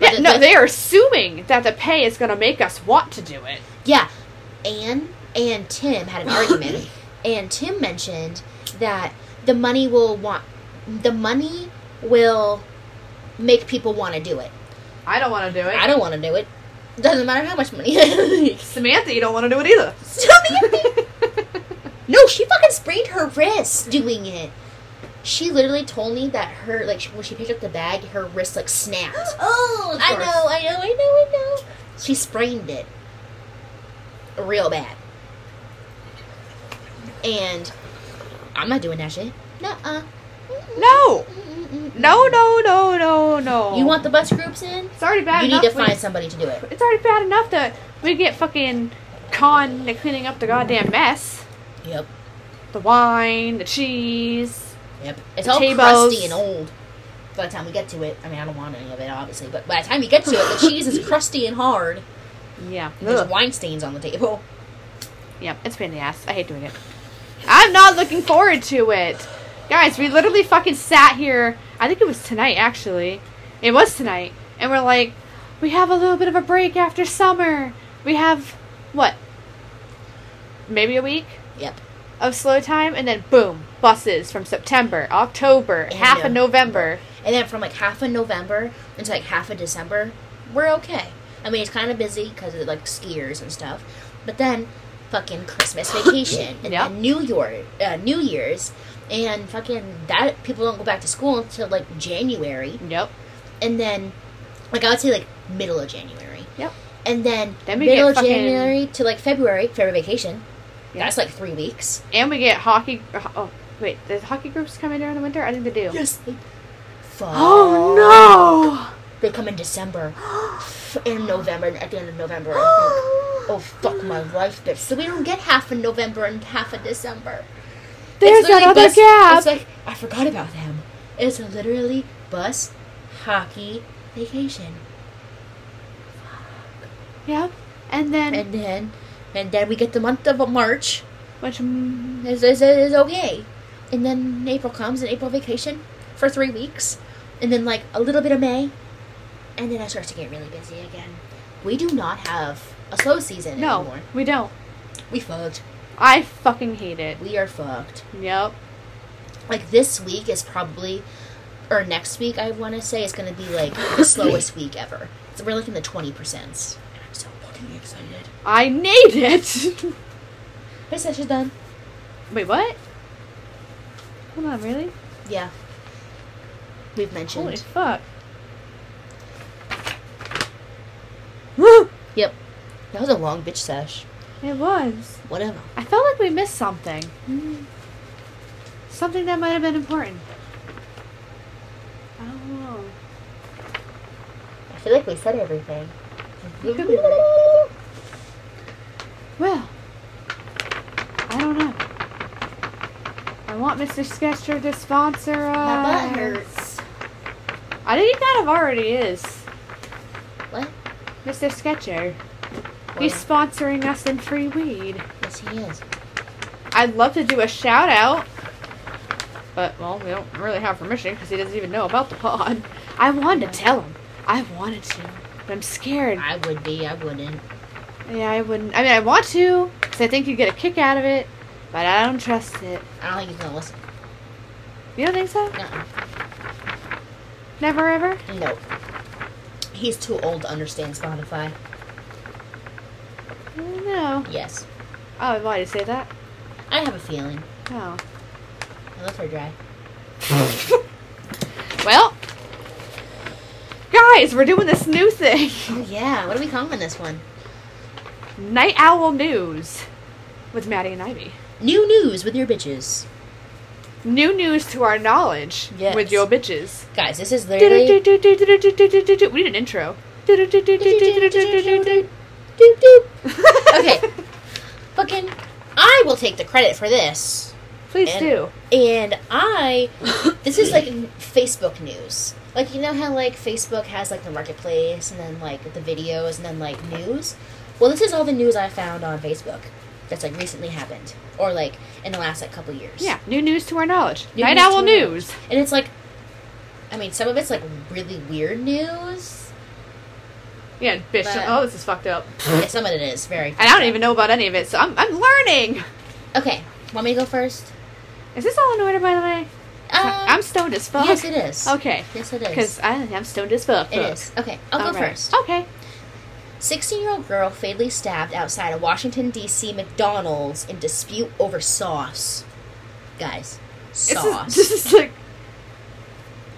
A: Yeah,
B: But
A: no,
B: the-
A: they are assuming that the pay is going to make us want to do it.
B: Yeah, Anne and Tim had an argument, and Tim mentioned that the money will want the money will make people want to do it.
A: I don't want to do it.
B: I don't want to do it. Doesn't matter how much money. no,
A: Samantha, you don't want to do it either.
B: she fucking sprained her wrist doing it. She literally told me that her like when she picked up the bag, her wrist like snapped.
A: oh,
B: I know, I know, I know, I know. She sprained it real bad. And I'm not doing that shit. Nuh-uh.
A: No,
B: Mm-mm-mm.
A: no, no, no, no, no.
B: You want the bus groups in?
A: It's already bad
B: you need
A: enough.
B: to
A: Oh. when-
B: find somebody to do it.
A: It's already bad enough that we get fucking con to cleaning up the goddamn mess.
B: Yep.
A: The wine, the cheese.
B: Yep. It's all
A: Tables.
B: crusty and old. By the time we get to it, I mean, I don't want any of it, obviously, but by the time you get to it, the cheese is crusty and hard.
A: Yeah.
B: and There's
A: Ugh.
B: wine stains on the table.
A: Yep, it's a pain in the ass. I hate doing it. I'm not looking forward to it. Guys, we literally fucking sat here. I think it was tonight, actually. It was tonight. And we're like, we have a little bit of a break after summer. We have, what? Maybe a week
B: Yep.
A: of slow time. And then, boom, buses from September, October, half of November.
B: And then from like half of November into like half of December, we're okay. I mean, it's kind of busy because of like skiers and stuff. But then fucking Christmas vacation and
A: Yeah.
B: then New Year, uh, New Year's, and fucking that people don't go back to school until like January,
A: Yep.
B: and then like I would say like middle of January.
A: Yep.
B: And then,
A: Then we
B: middle
A: get
B: of
A: fucking-
B: January to like February, February vacation.
A: Yeah.
B: That's like three weeks.
A: And we get hockey. Oh, wait, the hockey groups come in during the winter? I think they do.
B: Yes. Fuck.
A: Oh,
B: They come in December. in November, at the end of November. I think.
A: no!
B: Oh fuck my life, bitch! So we don't get half of November and half of December.
A: There's
B: It's literally
A: that other
B: bus-
A: gap.
B: It's like I forgot about them. It's literally bus, hockey, vacation,
A: Yep. And then,
B: and then, and then we get the month of March.
A: which mm,
B: Is is is okay, and then April comes and April vacation for three weeks, and then like a little bit of May, and then it starts to get really busy again. We do not have a slow season
A: no,
B: anymore.
A: we don't.
B: We fucked.
A: I fucking hate it.
B: We are fucked.
A: Yep.
B: like this week is probably or next week I want to say is going to be like the slowest week ever. So we're like in the twenty percent. I'm so fucking excited.
A: I need it.
B: My session's done.
A: Wait, what? Hold on, really?
B: Yeah, we've mentioned.
A: Holy fuck. Woo!
B: Yep, that was a long bitch sesh.
A: It was.
B: Whatever.
A: I felt like we missed something.
B: Mm.
A: Something that might have been important. I don't know.
B: I feel like we said everything.
A: We could be Well, I don't know. I want Mr. Sketcher to sponsor us.
B: My butt hurts.
A: I think that have already is.
B: What?
A: Mr. Sketcher, he's
B: Well,
A: sponsoring us in free weed.
B: yes, he is.
A: I'd love to do a shout out, but well, we don't really have permission because he doesn't even know about the pod. I wanted to tell him. I wanted to, but I'm scared.
B: I would be. I wouldn't.
A: Yeah, I wouldn't. I mean, I want to because I think you get a kick out of it, but I don't trust it.
B: I don't think he's gonna listen.
A: You don't think so?
B: No.
A: Never ever?
B: No. He's too old to understand Spotify.
A: No.
B: Yes.
A: Oh, why did you say that?
B: I have a feeling.
A: Oh.
B: My lips are dry.
A: Well, guys, we're doing this new thing.
B: Oh yeah. What are we calling this one?
A: Night Owl News with Maddie and Ivy.
B: New news with your bitches,
A: New news to our knowledge
B: Yes.
A: with your bitches.
B: guys. This is
A: We
B: literally.
A: need an intro.
B: Okay. Fucking. I will take the credit for this.
A: Please
B: And-
A: do.
B: And I, this is like Facebook news. Like you know how like Facebook has like the marketplace and then like the videos and then like news. Well, this is all the news I found on Facebook that's like recently happened or like in the last like couple years.
A: Yeah, new news to our knowledge.
B: New
A: Night
B: news
A: Owl
B: to-
A: News.
B: And it's like, I mean, some of it's like really weird news.
A: Yeah, bitch.
B: But-
A: Oh, this is fucked up.
B: yeah, some of it is very.
A: And I don't even know about any of it, so I'm, I'm learning.
B: Okay, want me to go first?
A: Is this all in order, by the way? I'm stoned as fuck.
B: Um, Yes, it is.
A: Okay.
B: Yes, it is.
A: Because I'm stoned as fuck.
B: It is. Okay, I'll go
A: Alright.
B: first.
A: Okay.
B: 16 year old girl fatally stabbed outside a Washington, D.C. McDonald's in dispute over sauce. Guys,
A: This
B: sauce.
A: is, this is like.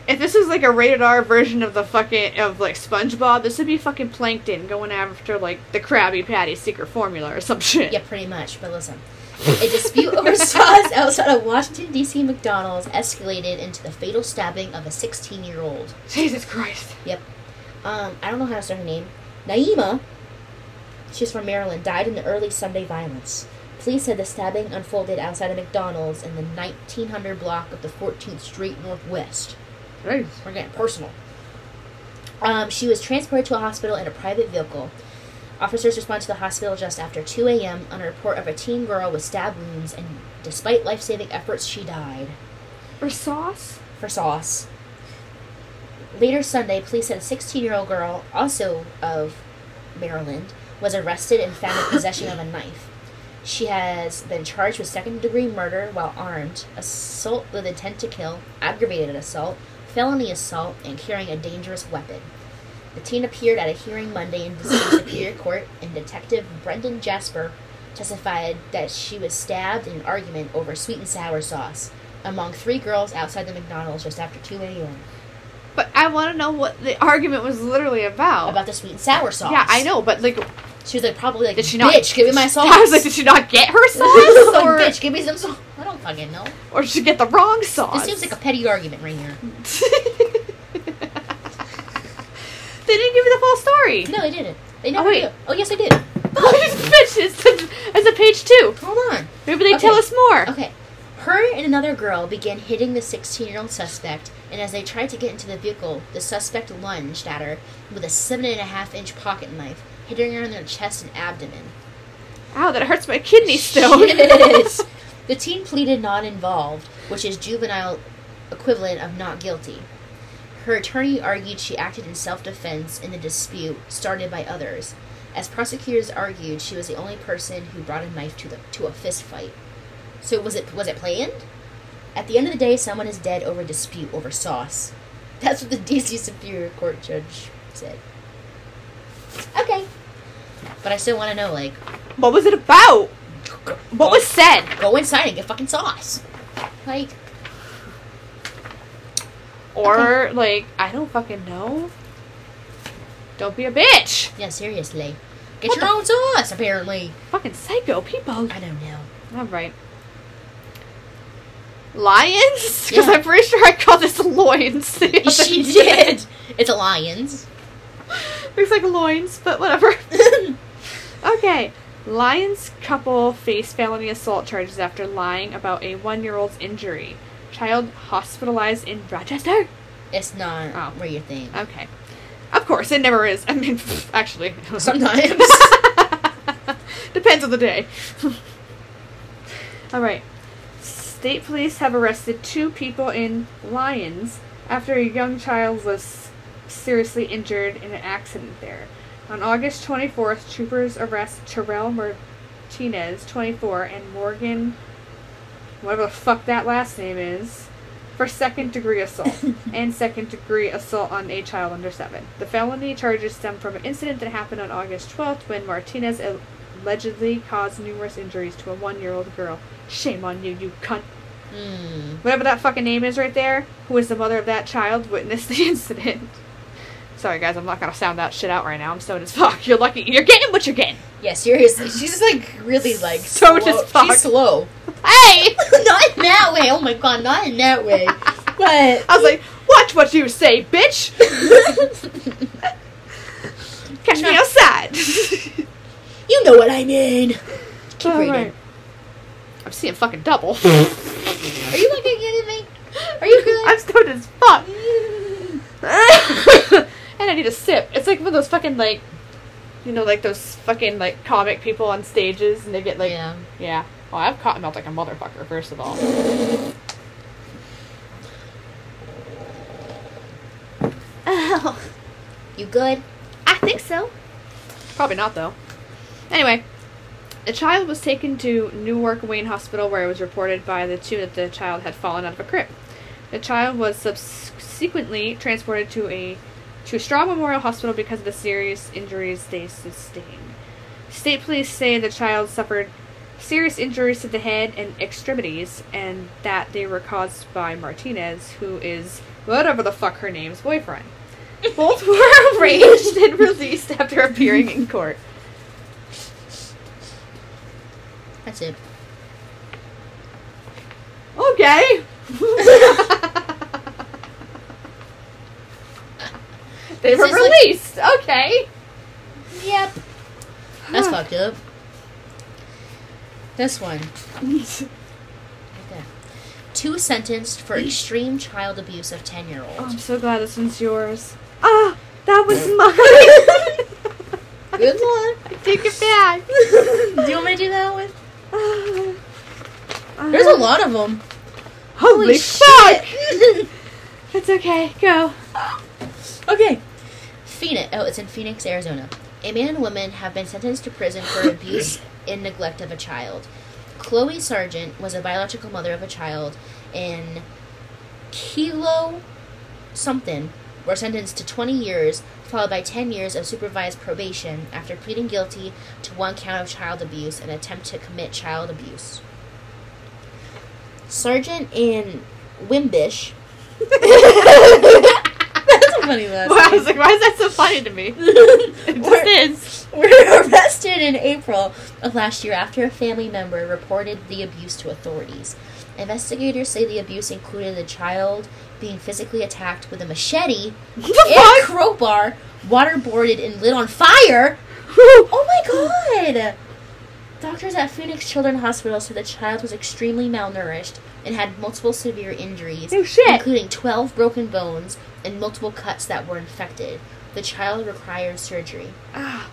A: If this was like a rated R version of the fucking of like SpongeBob, this would be fucking Plankton going after like the Krabby Patty secret formula or some shit.
B: yeah, pretty much, but listen. A dispute over sauce outside a Washington, D.C. McDonald's escalated into the fatal stabbing of a 16 year old.
A: Jesus Christ.
B: Yep. Um, I don't know how to say her name. Naima, she's from Maryland, died in the early Sunday violence. Police said the stabbing unfolded outside a McDonald's in the 1900 block of the 14th Street Northwest. We're getting personal. Um, she was transported to a hospital in a private vehicle. Officers responded to the hospital just after 2 a.m. on a report of a teen girl with stab wounds, and despite life saving efforts, she died
A: Or sauce?
B: for sauce. Later Sunday, police said a 16 year old girl, also of Maryland, was arrested and found in possession of a knife. She has been charged with second degree murder while armed, assault with intent to kill, aggravated assault, felony assault, and carrying a dangerous weapon. The teen appeared at a hearing Monday in Missouri Superior Court, and Detective Brendan Jasper testified that she was stabbed in an argument over sweet and sour sauce among three girls outside the McDonald's just after 2 a.m.
A: But I want to know what the argument was literally about.
B: about the sweet and sour sauce.
A: yeah, I know, but like,
B: She was like, probably like,
A: did she not?
B: bitch, give me my sauce.
A: I was like, did she not get her
B: Like,
A: sauce, or,
B: bitch, give me some sauce. I don't fucking know.
A: or did she get the wrong sauce?
B: This seems like a petty argument right here.
A: they didn't give you the full story.
B: No, they didn't. They never
A: wait.
B: do. Oh, yes, they did.
A: Bitch, it's a, it's a page two.
B: Hold on.
A: Maybe they
B: Okay.
A: tell us more.
B: Okay. Her and another girl began hitting the 16 year old suspect, and as they tried to get into the vehicle, the suspect lunged at her with a seven and a half inch pocket knife, hitting her in the chest and abdomen.
A: Ow, that hurts my kidney stone.
B: Shit. the teen pleaded not involved, which is juvenile equivalent of not guilty. Her attorney argued she acted in self defense in the dispute started by others. As prosecutors argued, she was the only person who brought a knife to the to a fist fight. So was it was it planned? At the end of the day, someone is dead over dispute over sauce. That's what the D.C. Superior Court judge said. Okay, but I still want to know, like,
A: what was it about? What was said?
B: go inside and get fucking sauce. Like,
A: Or like, I don't fucking know. Don't be a bitch.
B: yeah, seriously. Get
A: What
B: your
A: the-
B: own sauce, apparently.
A: Fucking psycho people.
B: I don't know.
A: All right. Lions? Because
B: Yeah.
A: I'm pretty sure I called this loins. the other
B: she
A: day.
B: did. It's a lion's.
A: Looks like loins, but whatever. okay. Lions couple face felony assault charges after lying about a one year old's injury. Child hospitalized in Rochester?
B: It's not
A: Oh.
B: where you think.
A: Okay. Of course, it never is. I mean, actually.
B: Sometimes.
A: Depends on the day. All right. State police have arrested two people in Lyons after a young child was seriously injured in an accident there. On August 24th, troopers arrest Terrell Martinez, 24, and Morgan, whatever the fuck that last name is, for second degree assault and second degree assault on a child under seven. The felony charges stem from an incident that happened on August 12th when Martinez allegedly caused numerous injuries to a one year old girl. Shame on you, you cunt.
B: Mm.
A: whatever that fucking name is right there, who is the mother of that child, witnessed the incident. Sorry, guys, I'm not gonna sound that shit out right now. I'm stoned as fuck. You're lucky. You're getting what you're getting.
B: Yeah, seriously. She's like really like
A: So
B: slow.
A: just fuck.
B: She's slow.
A: Hey!
B: not in that way. Oh my god, not in that way. But
A: I was like, watch what you say, bitch! Catch me
B: No.
A: outside!
B: you know what I mean. Keep
A: All
B: reading.
A: right. I'm seeing fucking double.
B: Are you looking at anything? Are you good?
A: I'm stoned as fuck. and I need a sip. It's like one of those fucking like, you know, like those fucking like comic people on stages, and they get like,
B: yeah.
A: yeah. Well, I've cotton mouth like a motherfucker. First of all,
B: Oh. You good?
A: I think so. Probably not though. Anyway, the child was taken to Newark Wayne Hospital, where it was reported by the two that the child had fallen out of a crib. The child was subsequently transported to a to a Strong Memorial Hospital because of the serious injuries they sustained. State police say the child suffered serious injuries to the head and extremities, and that they were caused by Martinez, who is whatever the fuck her name's boyfriend. Both were arraigned and released after appearing in court.
B: That's it.
A: Okay. they
B: This
A: were
B: is like-
A: released. okay.
B: Yep. That's fucked up. This one.
A: Oh,
B: Okay. Two sentenced for extreme child abuse of 10 year
A: Oh,
B: old.
A: I'm so glad this one's yours. Ah, that was mine.
B: Good one.
A: I take it back.
B: Do you want me to do that one?
A: Ah.
B: There's a lot of them.
A: Holy,
B: Holy
A: fuck! It's okay. Go.
B: Okay. Phoenix. Oh, it's in Phoenix, Arizona. A man and woman have been sentenced to prison for abuse and neglect of a child. Chloe Sargent was a biological mother of a child in Kilo something were sentenced to 20 years followed by 10 years of supervised probation after pleading guilty to one count of child abuse and attempt to commit child abuse. Sergeant in Wimbish. That's a funny last
A: Well, I was like, why is that so funny to me? It just
B: We're-
A: is.
B: were arrested in April of last year after a family member reported the abuse to authorities. Investigators say the abuse included the child being physically attacked with a machete and
A: The
B: crowbar, waterboarded and lit on fire.
A: fuck?
B: Oh my god! Doctors at Phoenix Children's Hospital said the child was extremely malnourished and had multiple severe injuries,
A: No shit.
B: including 12 broken bones and multiple cuts that were infected. The child required surgery.
A: Ah.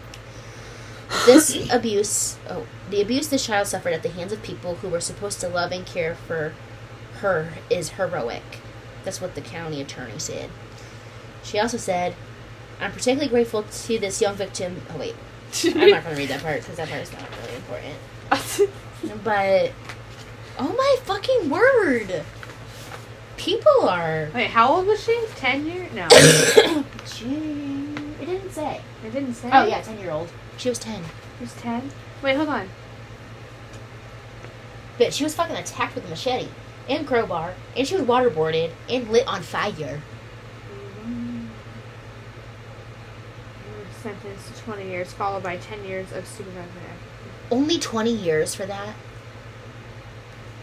B: This abuse, oh, the abuse the child suffered at the hands of people who were supposed to love and care for her is heroic. That's what the county attorney said. She also said, "I'm particularly grateful to this young victim." Oh wait, I'm not going to read that part because that part is not really important. But oh my fucking word, people are.
A: Wait, how old was she? Ten years? No,
B: Gee, it didn't say.
A: I didn't say.
B: Oh yeah, ten year old. She was ten.
A: she was ten. Wait, hold on.
B: But she was fucking attacked with a machete and crowbar, and she was waterboarded and lit on fire.
A: Sentenced to 20 Mm, years, followed by 10 years of supervised
B: Only 20 years for that?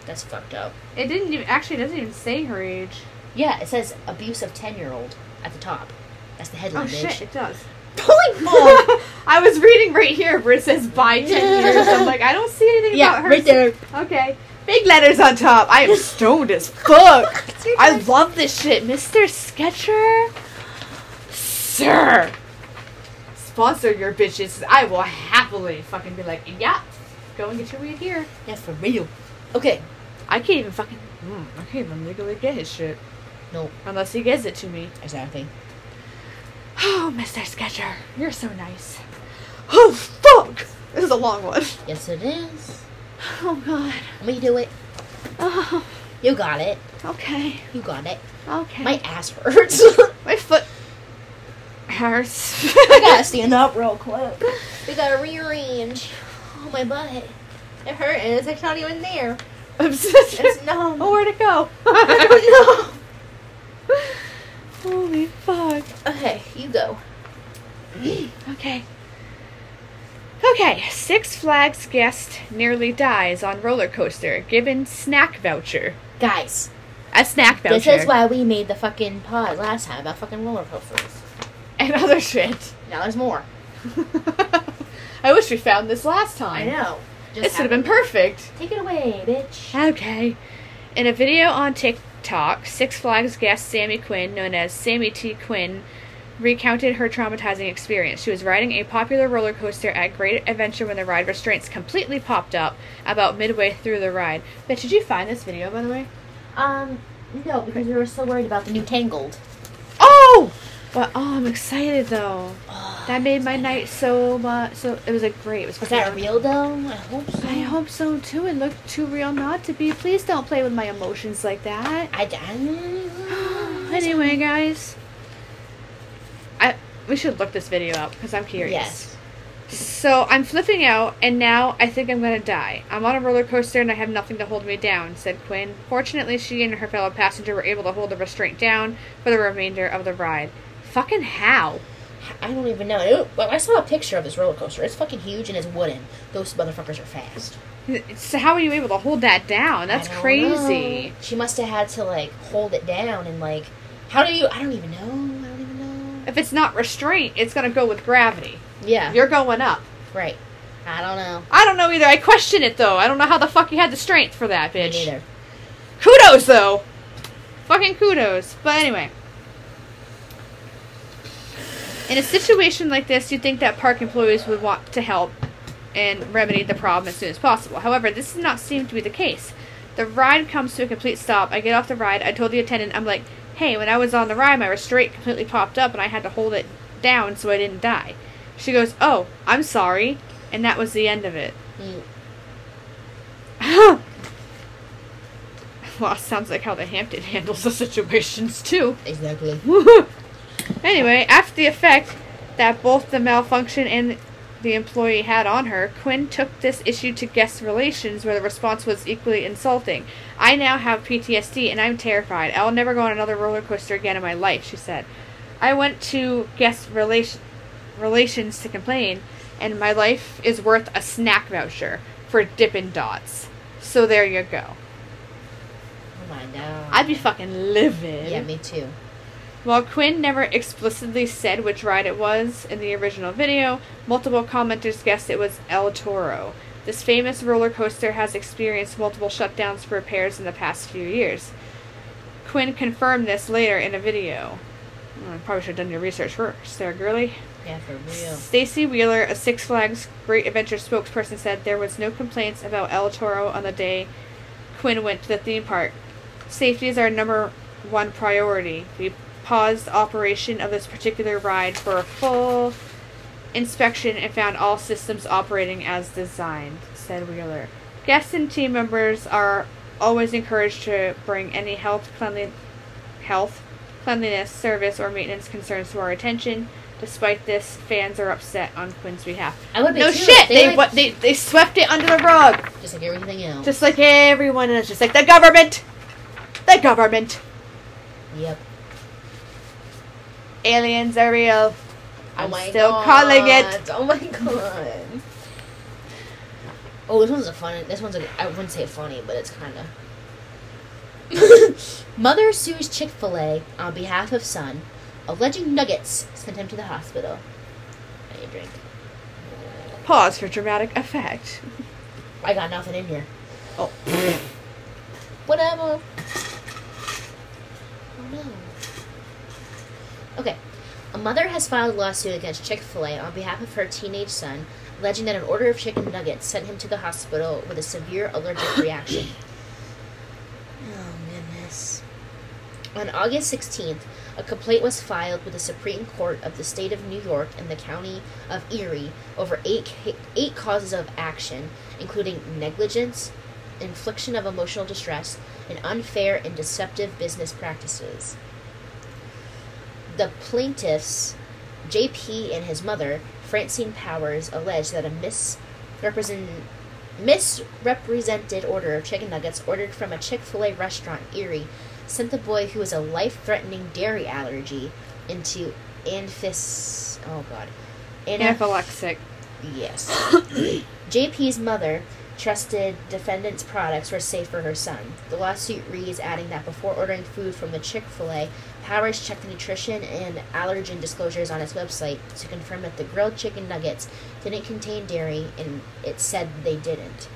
B: That's fucked up.
A: It didn't even actually. It doesn't even say her age.
B: Yeah, it says abuse of 10 year old at the top. That's the headline,
A: Oh
B: bitch.
A: shit, it does.
B: Holy fuck!
A: I was reading right here where it says by 10 years. I'm like, I don't see anything
B: yeah,
A: about her.
B: right there.
A: Okay, big letters on top. I am stoned as fuck. I
B: I
A: love this shit, Mr. Sketcher. Sir, sponsor your bitches. I will happily fucking be like, yeah, go and get your weed here.
B: yeah, for real. Okay.
A: I can't even fucking. Mm, I can't even legally get his shit.
B: No.
A: Unless he gives it to me.
B: Exactly.
A: Oh, Mr. Sketcher, you're so nice. Oh, fuck! This is a long one.
B: Yes, it is.
A: Oh, God.
B: Let me do it.
A: Oh,
B: You got it.
A: okay.
B: You got it.
A: Okay.
B: My ass hurts.
A: My foot hurts.
B: I gotta stand up real quick. We gotta rearrange. Oh, my butt. It hurts. It's not even there.
A: It's-
B: no.
A: oh, where'd it go?
B: I don't know.
A: Holy fuck.
B: Okay, you go.
A: Okay. Okay, Six Flags guest nearly dies on roller coaster, given snack voucher.
B: Guys,
A: A snack voucher.
B: this is why we made the fucking pod last time about fucking roller coasters.
A: And other shit.
B: Now there's more.
A: I wish we found this last time.
B: I know. Just
A: This would have been
B: happened.
A: perfect.
B: Take it away, bitch.
A: Okay. In a video on TikTok, Six Flags guest Sammy Quinn, known as Sammy T. Quinn, recounted her traumatizing experience. She was riding a popular roller coaster at Great Adventure when the ride restraints completely popped up about midway through the ride. But did you find this video, by the way?
B: Um, no, because we were so worried about the new Tangled.
A: Oh! Well, oh, I'm excited though. That made my night so much. So it was a great. It was
B: Was that
A: great.
B: real though? I hope so.
A: I hope so too. It looked too real not to be. Please don't play with my emotions like that.
B: I done.
A: anyway, guys, I we should look this video up because I'm curious.
B: Yes.
A: So I'm flipping out, and now I think I'm gonna die. I'm on a roller coaster, and I have nothing to hold me down," said Quinn. Fortunately, she and her fellow passenger were able to hold the restraint down for the remainder of the ride. Fucking how?
B: I don't even know. It, well, I saw a picture of this roller coaster. It's fucking huge and it's wooden. Those motherfuckers are fast.
A: So how are you able to hold that down? That's
B: I don't
A: crazy.
B: know. She must have had to like hold it down and like. How do you? I don't even know. I don't even know.
A: If it's not restraint, it's gonna go with gravity.
B: Yeah.
A: You're going up.
B: right. I don't know.
A: I don't know either. I question it though. I don't know how the fuck you had the strength for that,
B: Me
A: bitch.
B: neither.
A: Kudos though. Fucking kudos. But anyway. In a situation like this, you'd think that park employees would want to help and remedy the problem as soon as possible. However, this does not seem to be the case. The ride comes to a complete stop. I get off the ride. I told the attendant, I'm like, hey, when I was on the ride, my restraint completely popped up and I had to hold it down so I didn't die. She goes, oh, I'm sorry. And that was the end of it.
B: Mm.
A: well, sounds like how the Hampton handles the situations too.
B: Exactly. Oh
A: anyway, after the effect that both the malfunction and the employee had on her, Quinn took this issue to guest relations where the response was equally insulting. I now have PTSD and I'm terrified. I'll never go on another roller coaster again in my life, she said. I went to guest relation, relations to complain, and my life is worth a snack voucher for Dippin' Dots. So there you go.
B: Oh my god.
A: I'd be fucking livid.
B: Yeah, me too.
A: While Quinn never explicitly said which ride it was in the original video, multiple commenters guessed it was El Toro. This famous roller coaster has experienced multiple shutdowns for repairs in the past few years. Quinn confirmed this later in a video. Well, I probably should have done your research first there, girly.
B: Yeah, for real.
A: Stacy Wheeler, a Six Flags Great Adventure spokesperson, said there was no complaints about El Toro on the day Quinn went to the theme park. Safety is our number one priority. We paused operation of this particular ride for a full inspection and found all systems operating as designed, said Wheeler. Guests and team members are always encouraged to bring any health, cleanliness, health, cleanliness, service, or maintenance concerns to our attention. Despite this, fans are upset on Quinn's behalf.
B: I would be
A: No
B: too,
A: shit,
B: if
A: they
B: like-
A: what they they swept it under the rug,
B: just like everything else.
A: just like everyone else, just like the government, the government.
B: yep.
A: Aliens are real.
B: Oh
A: I'm
B: my
A: still calling it.
B: God. Oh my god. Oh, this one's a funny. This one's a. I wouldn't say funny, but it's kind of. Mother sues Chick Fil A on behalf of son, alleging nuggets sent him to the hospital. I need a drink.
A: Pause for dramatic effect.
B: I got nothing in here.
A: Oh.
B: Whatever. Oh no. Okay. A mother has filed a lawsuit against Chick fil A on behalf of her teenage son, alleging that an order of chicken nuggets sent him to the hospital with a severe allergic reaction. Oh, goodness. On August 16th, a complaint was filed with the Supreme Court of the State of New York and the County of Erie over eight, ca- eight causes of action, including negligence, infliction of emotional distress, and unfair and deceptive business practices. The plaintiffs, JP and his mother, Francine Powers, allege that a misrepresentation misrepresented order of chicken nuggets ordered from a Chick fil A restaurant, Erie, sent the boy who has a life threatening dairy allergy into anphis. Oh, God.
A: Anaphylaxic.
B: Yes. JP's mother trusted defendant's products were safe for her son. The lawsuit reads, adding that before ordering food from the Chick fil A, Powers checked the nutrition and allergen disclosures on its website to confirm that the grilled chicken nuggets didn't contain dairy, and it said they didn't.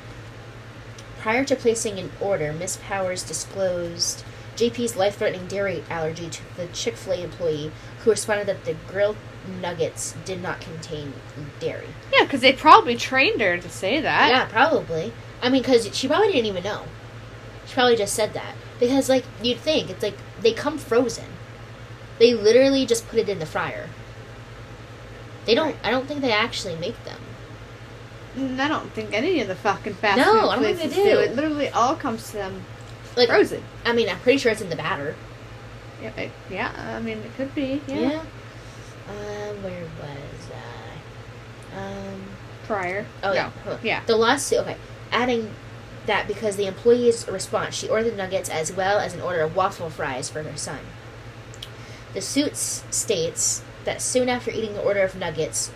B: Prior to placing an order, Miss Powers disclosed JP's life threatening dairy allergy to the Chick fil A employee, who responded that the grilled nuggets did not contain dairy.
A: Yeah, because they probably trained her to say that.
B: Yeah, probably. I mean, because she probably didn't even know. She probably just said that because, like, you'd think it's like they come frozen. They literally just put it in the fryer. They don't. I don't think they actually make them.
A: Mm, I don't think any of the fucking fast
B: No,
A: food
B: I don't think
A: places
B: they do.
A: It literally all comes to them
B: Like,
A: frozen.
B: I mean, I'm pretty sure it's in the batter.
A: Yeah, I- yeah, I mean, it could be. Yeah.
B: Yeah. Um, where was I? Um.
A: Prior.
B: Oh
A: no.
B: yeah. hold on.
A: Yeah.
B: The lawsuit. Okay. Adding that because the employee's response, she ordered nuggets as well as an order of waffle fries for her son. The suit s- states that soon after eating the order of nuggets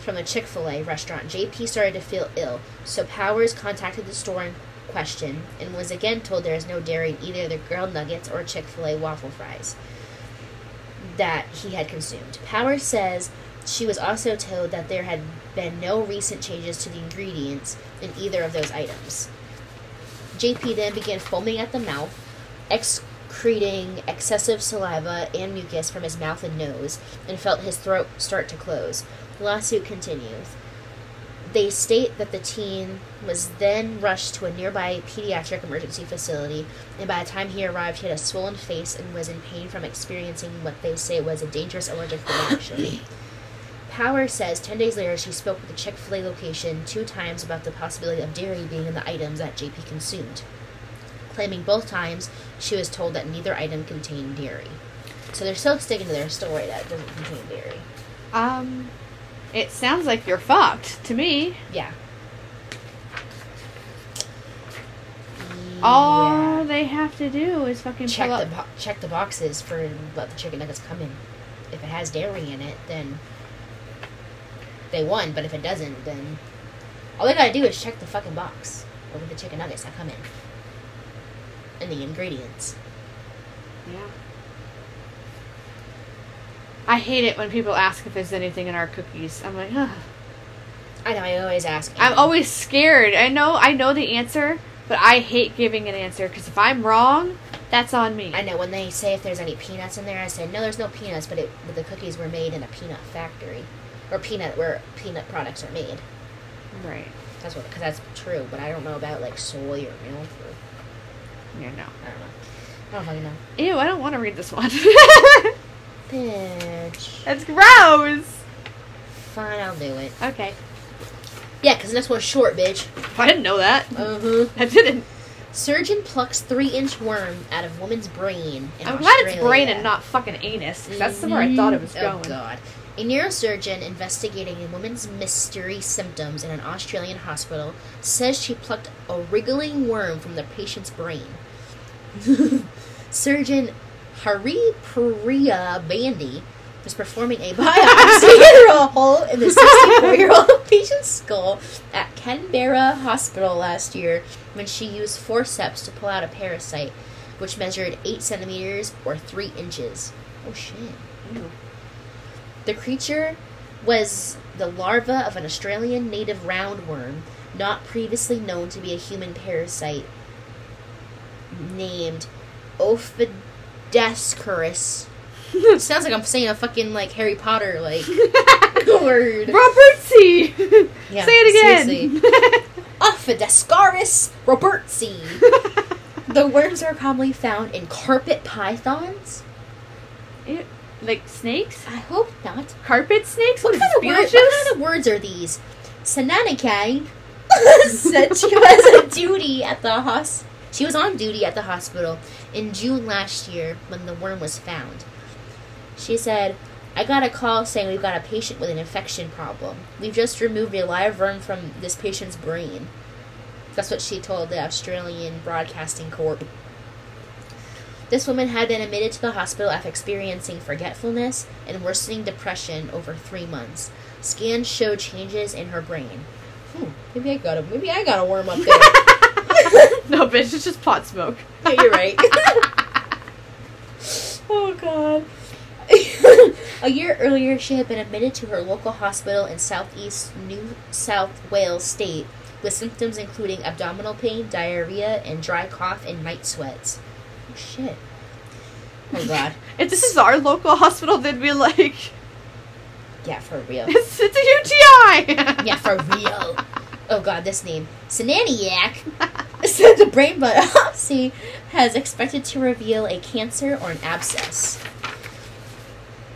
B: from a Chick fil A restaurant, JP started to feel ill, so Powers contacted the store in question and was again told there is no dairy in either the grilled nuggets or Chick fil A waffle fries that he had consumed. Powers says she was also told that there had been no recent changes to the ingredients in either of those items. JP then began foaming at the mouth, excreting excessive saliva and mucus from his mouth and nose, and felt his throat start to close. The lawsuit continues. They state that the teen was then rushed to a nearby pediatric emergency facility, and by the time he arrived, he had a swollen face and was in pain from experiencing what they say was a dangerous allergic reaction. Power says 10 days later she spoke with the Chick fil A location two times about the possibility of dairy being in the items that JP consumed, claiming both times she was told that neither item contained dairy. So they're still sticking to their story that it doesn't contain dairy.
A: Um, it sounds like you're fucked to me.
B: Yeah.
A: All
B: Yeah.
A: they have to do is fucking
B: check
A: pull up.
B: the bo- check the boxes for what the chicken nuggets come in. If it has dairy in it, then they won. But if it doesn't, then all they gotta do is check the fucking box over the chicken nuggets that come in and the ingredients.
A: Yeah. I hate it when people ask if there's anything in our cookies. I'm like, huh.
B: I know. I always ask.
A: I'm
B: Anna.
A: always scared. I know, I know the answer, but I hate giving an answer because if I'm wrong, that's on me.
B: I know when they say if there's any peanuts in there, I say no, there's no peanuts, but, it, but the cookies were made in a peanut factory, or peanut where peanut products are made.
A: Right.
B: That's what because that's true. But I don't know about like soy or milk or
A: Yeah, no.
B: I don't know. I don't fucking know.
A: Ew, I don't want to read this one.
B: Bitch.
A: that's gross.
B: Fine, I'll do it.
A: Okay.
B: Yeah, because the next one's short, bitch.
A: I didn't know that.
B: Uh-huh.
A: I didn't.
B: Surgeon plucks three-inch worm out of woman's brain in
A: I'm glad it's
B: Australia.
A: brain and not fucking anus. 'cause That's where I thought it was
B: Mhm.
A: going.
B: Oh, God. A neurosurgeon investigating a woman's mystery symptoms in an Australian hospital says she plucked a wriggling worm from the patient's brain. Surgeon Hari Priya Bandy was performing a biopsy of a hole in the 64-year-old patient's skull at Canberra Hospital last year when she used forceps to pull out a parasite, which measured 8 centimeters or 3 inches. Oh, shit.
A: Ew.
B: The creature was the larva of an Australian native roundworm, not previously known to be a human parasite, named Ophidescurus. Sounds like I'm saying a fucking like Harry Potter like word.
A: Robert C.
B: Yeah,
A: Say it again.
B: Ophidescurus robertsi. The worms are commonly found in carpet pythons.
A: Ew, like snakes?
B: I hope not.
A: Carpet snakes?
B: What
A: What is this,
B: kind, of words, what
A: Beetlejuice?
B: kind of words are these? Sananakang said she was on duty at the hos. She was on duty at the hospital in June last year when the worm was found. She said, "I got a call saying we've got a patient with an infection problem. We've just removed a live worm from this patient's brain. That's what she told the Australian Broadcasting Corp. This woman had been admitted to the hospital after experiencing forgetfulness and worsening depression over three months. Scans showed changes in her brain. Hmm, maybe I got a maybe I got a worm up there.
A: no, bitch, it's just pot smoke.
B: Yeah, You're right.
A: Oh god.
B: a year earlier, she had been admitted to her local hospital in southeast New South Wales state with symptoms including abdominal pain, diarrhea, and dry cough and night sweats. Oh, shit. Oh, God.
A: If this is our local hospital, they'd be like,
B: Yeah, for real.
A: it's, it's a UTI!
B: Yeah, for real. Oh god, this name. Sinaniac said the brain biopsy has expected to reveal a cancer or an abscess.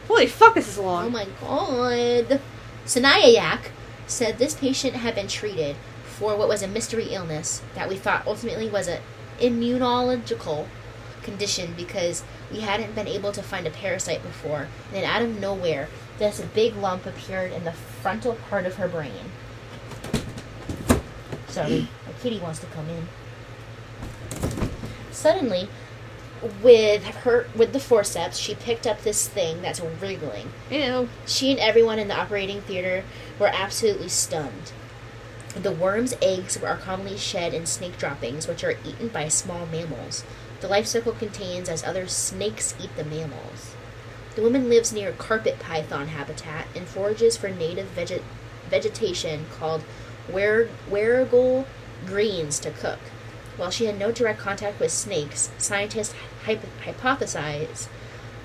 A: Holy fuck, this is long.
B: Oh my god. Sinaniac said this patient had been treated for what was a mystery illness that we thought ultimately was an immunological condition because we hadn't been able to find a parasite before. And then out of nowhere, this big lump appeared in the frontal part of her brain. Sorry, my kitty wants to come in. Suddenly, with her with the forceps, she picked up this thing that's wriggling.
A: Ew.
B: She and everyone in the operating theater were absolutely stunned. The worm's eggs are commonly shed in snake droppings, which are eaten by small mammals. The life cycle contains as other snakes eat the mammals. The woman lives near carpet python habitat and forages for native veget- vegetation called wer- werrigal greens to cook. While she had no direct contact with snakes, scientists hypo- hypothesize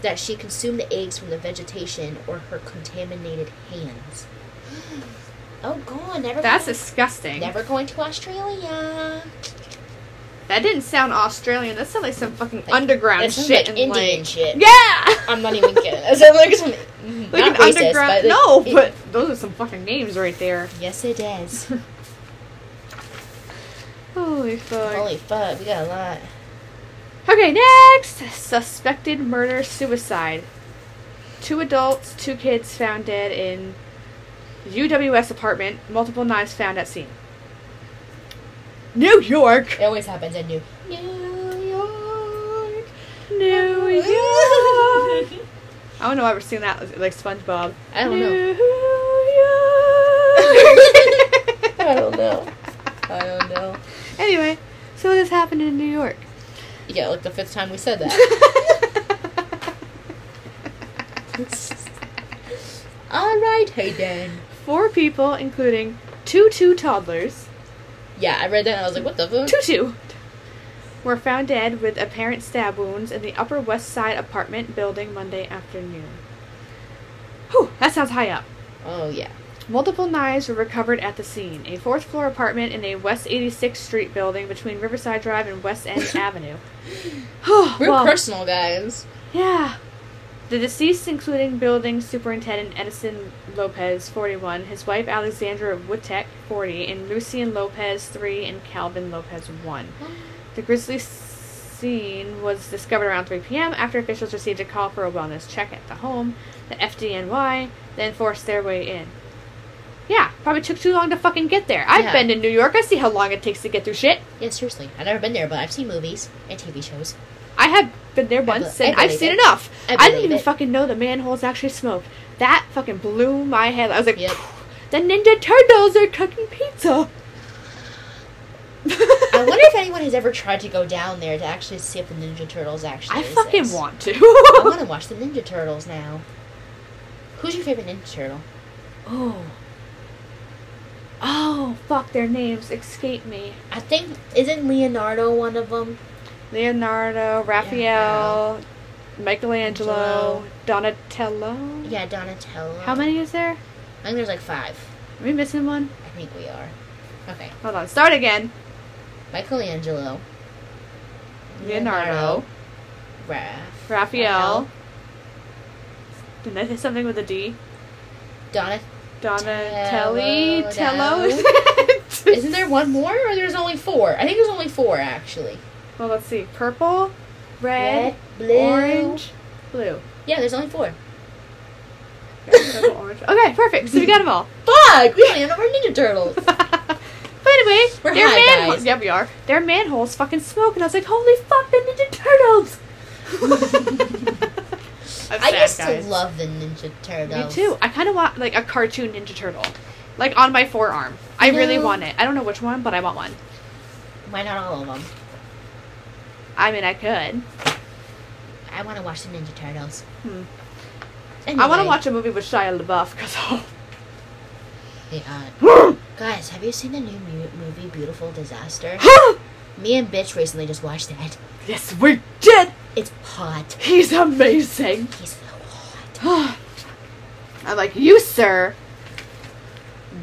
B: that she consumed the eggs from the vegetation or her contaminated hands. Oh god, never
A: That's
B: going,
A: disgusting.
B: never going to Australia.
A: That didn't sound Australian. That sounded like some fucking underground
B: That sounds
A: shit.
B: like
A: and
B: Indian
A: like-
B: shit.
A: Yeah!
B: I'm not even kidding. It sounds like
A: like
B: some not
A: an
B: racist,
A: underground.
B: but-
A: no, but those are some fucking names right there.
B: Yes it is.
A: Holy fuck.
B: Holy fuck, we got a lot.
A: Okay, next! Suspected murder suicide. Two adults, two kids found dead in UWS apartment, multiple knives found at scene. New York!
B: It always happens in New New York.
A: New York! I don't know why we're seeing that like SpongeBob.
B: I don't
A: New
B: know.
A: York.
B: I don't know. I don't know.
A: Anyway, so this happened in New York.
B: Yeah, like the fifth time we said that. All right, Hayden.
A: Four people, including two two toddlers,
B: Yeah, I read that and I was like, what the fuck?
A: two two, were found dead with apparent stab wounds in the Upper West Side apartment building Monday afternoon. Whew, that sounds high up.
B: Oh yeah.
A: Multiple knives were recovered at the scene. A fourth floor apartment in a West 86th Street building between Riverside Drive and West End Avenue.
B: We're
A: Well,
B: personal guys.
A: Yeah. The deceased, including building superintendent Edison Lopez, 41, his wife Alexandra Wotek, 40, and Lucian Lopez, 3, and Calvin Lopez, 1. The grisly scene was discovered around 3 p.m. after officials received a call for a wellness check at the home. The FDNY then forced their way in. Yeah, probably took too long to fucking get there. I've
B: Yeah.
A: been to New York. I see how long it takes to get through shit.
B: Yeah, seriously. I've never been there, but I've seen movies and TV shows.
A: I have been there
B: bel-
A: once
B: I
A: and I've
B: believe
A: seen
B: it.
A: enough.
B: I
A: I, didn't
B: believe
A: even
B: it.
A: fucking know the manholes actually smoke. That fucking blew my head. I was like,
B: Yep.
A: the Ninja Turtles are cooking pizza.
B: I wonder if anyone has ever tried to go down there to actually see if the Ninja Turtles actually.
A: I fucking
B: exist.
A: want
B: I want
A: to.
B: to watch the Ninja Turtles now. Who's your favorite Ninja Turtle?
A: oh. Oh, fuck, their names escape me.
B: I think isn't Leonardo one of them?
A: Leonardo, Raphael, Michelangelo, Donatello.
B: Yeah, Donatello.
A: How many is there?
B: I think there's like five.
A: Are we missing one?
B: I think we are. Okay,
A: Hold on, start again.
B: Michelangelo,
A: Leonardo.
B: Raph,
A: Raphael. Did I say something with a D?
B: Donat.
A: Donatelli? Tello?
B: Tello. Isn't there one more, or there's only four? I think there's only four actually.
A: well, let's see. Purple, red,
B: blue.
A: orange, blue.
B: Yeah, there's only four.
A: Red, purple, orange. Okay, perfect. So we got them all.
B: Fuck! We don't even know our Ninja Turtles.
A: Wait a Anyway,
B: We're
A: their
B: high,
A: manholes.
B: guys.
A: Yeah, we are. Their manholes fucking smoke, and I was like, holy fuck, the Ninja Turtles! I'm
B: I
A: sad,
B: used
A: guys.
B: to love the Ninja
A: Me
B: Turtles.
A: too. I kind of want like a cartoon Ninja Turtle, like on my forearm. I really
B: No.
A: want it. I don't know which one, but I want one.
B: Why not all of them?
A: I mean, I could.
B: I want to watch the Ninja Turtles.
A: Hmm. I
B: Anyway,
A: want to watch a movie with Shia LaBeouf because oh,
B: They are. uh, Guys, have you seen the new mu- movie Beautiful Disaster? Me and bitch recently just watched that.
A: yes, we did.
B: It's hot.
A: He's amazing.
B: He's so hot.
A: I'm like, you sir.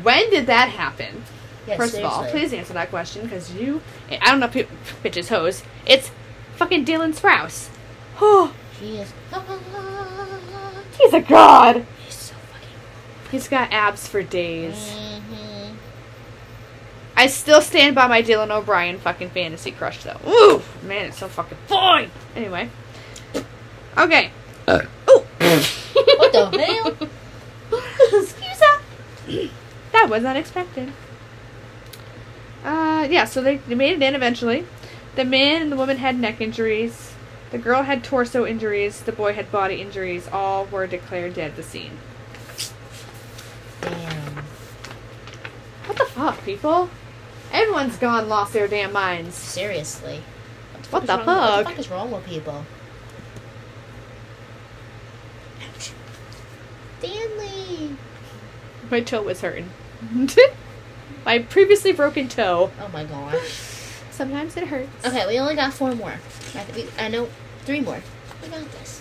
A: When did that happen?
B: Yeah,
A: First of all,
B: seriously.
A: please answer that question because you. I don't know if you, bitches hoes. It's fucking Dylan Sprouse. Oh,
B: She is.
A: he's a god.
B: He's so fucking.
A: He's got abs for days.
B: Mhm.
A: I still stand by my Dylan O'Brien fucking fantasy crush though. Ooh, man, it's so fucking fine. Anyway, okay. Ooh.
B: What the hell?
A: Excuse me. That was unexpected. Uh, yeah. So they, they made it in eventually. The man and the woman had neck injuries. The girl had torso injuries. The boy had body injuries. All were declared dead at the scene.
B: Damn.
A: What the fuck, people? Everyone's gone, lost their damn minds.
B: Seriously.
A: What
B: is
A: the
B: wrong- What
A: fuck?
B: the fuck is wrong with people? Stanley.
A: My toe was hurting. My previously broken toe.
B: Oh my gosh.
A: Sometimes it hurts.
B: Okay, we only got four more. I, th- we, I know three more. We got this.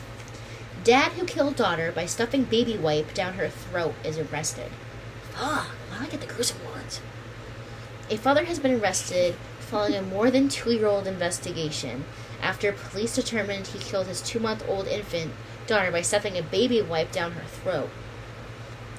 B: Dad who killed daughter by stuffing baby wipe down her throat is arrested. Ugh, why don't I get the gruesome ones? A father has been arrested following a more than two year old investigation after police determined he killed his two month old infant daughter by stuffing a baby wipe down her throat.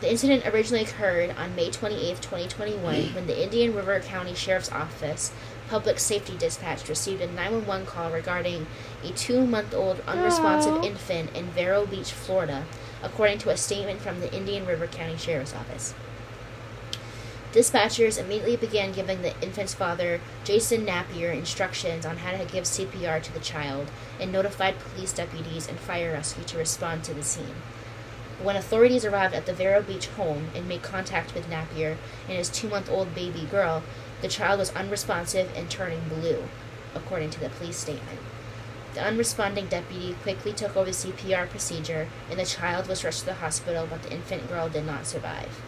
B: The incident originally occurred on May 28, 2021, when the Indian River County Sheriff's Office Public Safety Dispatch received a 911 call regarding a two month old unresponsive
A: Aw.
B: infant in Vero Beach, Florida, according to a statement from the Indian River County Sheriff's Office. Dispatchers immediately began giving the infant's father, Jason Napier, instructions on how to give CPR to the child and notified police deputies and fire rescue to respond to the scene. When authorities arrived at the Vero Beach home and made contact with Napier and his two month old baby girl, the child was unresponsive and turning blue, according to the police statement. The unresponding deputy quickly took over the CPR procedure and the child was rushed to the hospital, but the infant girl did not survive.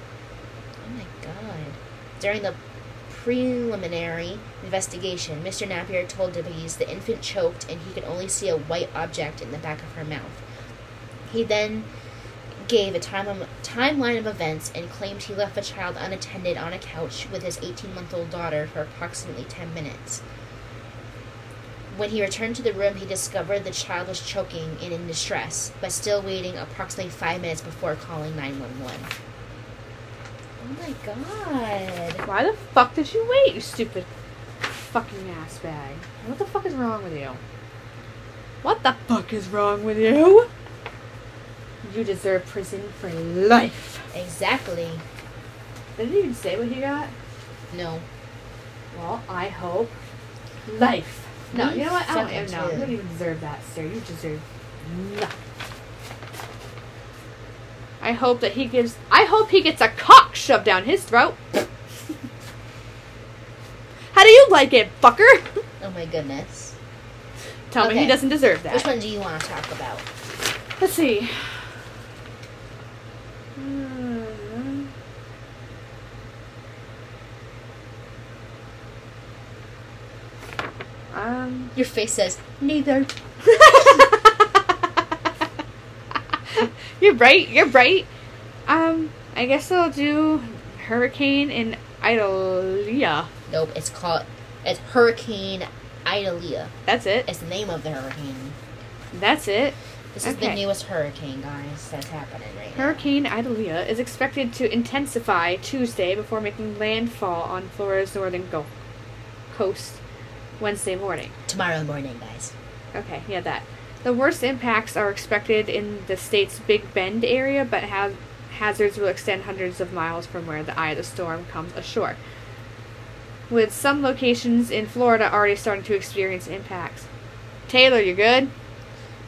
B: Oh my god. During the preliminary investigation, Mr. Napier told deputies the infant choked and he could only see a white object in the back of her mouth. He then gave a time, timeline of events and claimed he left the child unattended on a couch with his 18 month old daughter for approximately 10 minutes. When he returned to the room, he discovered the child was choking and in distress, but still waiting approximately five minutes before calling 911. Oh my god.
A: Why the fuck did you wait, you stupid fucking ass bag? What the fuck is wrong with you? What the fuck is wrong with you? You deserve prison for life.
B: Exactly.
A: Did it even say what he got?
B: No.
A: Well, I hope life. No,
B: Me
A: you know what? I don't even
B: fucking
A: know. You
B: too.
A: don't even deserve that, sir. You deserve nothing. I hope that he gives. I hope he gets a cock shoved down his throat. How do you like it, fucker?
B: Oh my goodness.
A: Tell me he
B: Okay.
A: doesn't deserve that.
B: Which one do you want to talk about?
A: Let's see. Mm. Um.
B: Your face says, neither.
A: you're right. You're right. Um, I guess I'll do Hurricane and Idalia.
B: Nope, it's called, it's Hurricane Idalia.
A: That's it.
B: It's the name of the hurricane.
A: That's it.
B: This is the
A: Okay.
B: newest hurricane, guys, that's happening right now.
A: Hurricane Idalia is expected to intensify Tuesday before making landfall on Florida's northern Gulf coast Wednesday morning.
B: Tomorrow morning, guys.
A: Okay, yeah, that. The worst impacts are expected in the state's Big Bend area, but ha- hazards will extend hundreds of miles from where the eye of the storm comes ashore. with some locations in Florida already starting to experience impacts. Taylor, you good?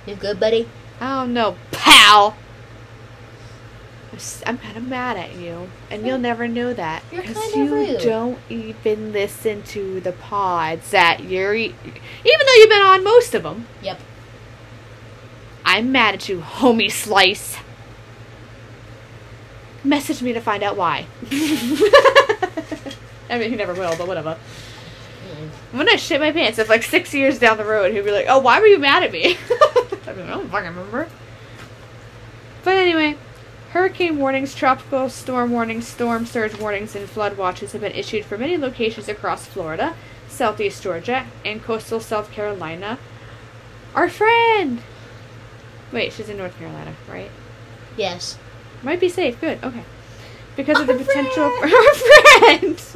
B: You good, buddy?
A: I don't know, pal. I'm s- I'm kind of mad at you, and you'll never know that
B: You're
A: because
B: kinda
A: you
B: rude.
A: don't even listen to the pods that you're, e- even though you've been on most of them.
B: Yep.
A: I'm mad at you, homie slice. Message me to find out why. I mean, he never will, but whatever.
B: Mm-mm.
A: When I shit my pants, if like six years down the road, he'd be like, "Oh, why were you mad at me?" I mean, I don't fucking remember. But anyway, hurricane warnings, tropical storm warnings, storm surge warnings, and flood watches have been issued for many locations across Florida, southeast Georgia, and coastal South Carolina. Our friend. Wait, she's in North Carolina, right?
B: Yes.
A: Might be safe. Good. Okay. Because of the
B: Our
A: potential for our friends.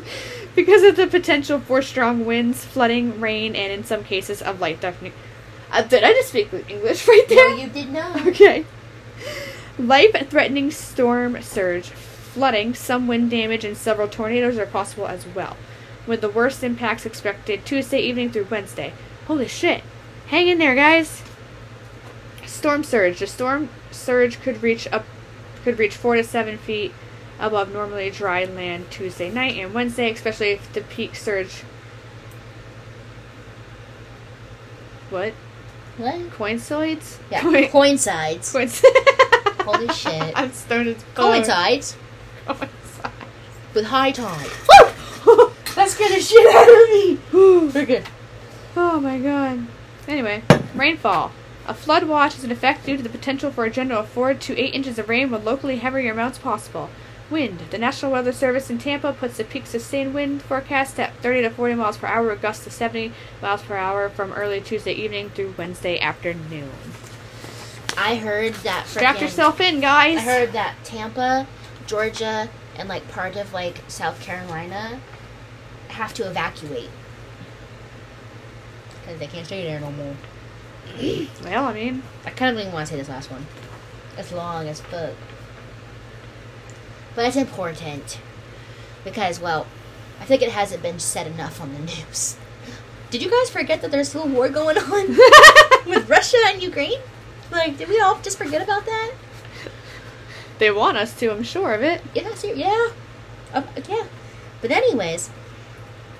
A: Because of the potential for strong winds, flooding, rain, and in some cases of light threatening. Uh, did I just speak English right
B: No,
A: there?
B: you did not.
A: Okay. Life threatening storm surge, flooding, some wind damage, and several tornadoes are possible as well. With the worst impacts expected Tuesday evening through Wednesday. Holy shit. Hang in there, guys. Storm surge. The storm surge could reach up could reach four to seven feet above normally dry land Tuesday night and Wednesday, especially if the peak surge what?
B: What?
A: Coinsoids?
B: Yeah.
A: Coin-
B: Coin sides.
A: Coins.
B: Holy shit.
A: I'm stoned as
B: Coin
A: fuck.
B: sides
A: Coincide.
B: with high tide.
A: Woo!
B: That scared the shit out of me. We're good.
A: oh my god. Anyway, rainfall. A flood watch is in effect due to the potential for a general 4 to 8 inches of rain with locally heavier amounts possible. Wind. The National Weather Service in Tampa puts the peak sustained wind forecast at 30 to 40 miles per hour, with gusts to 70 miles per hour from early Tuesday evening through Wednesday afternoon.
B: I heard that.
A: Strap
B: frickin-
A: yourself in, guys.
B: I heard that Tampa, Georgia, and like part of like South Carolina have to evacuate because they can't stay there no more.
A: Well, I mean,
B: I kind of didn't want to say this last one. It's long as fuck, but it's important because well, I think it hasn't been said enough on the news. Did you guys forget that there's still a war going on with Russia and Ukraine? Like, did we all just forget about that?
A: they want us to, I'm sure of it.
B: Yeah, ser- yeah, Um, yeah. But anyways,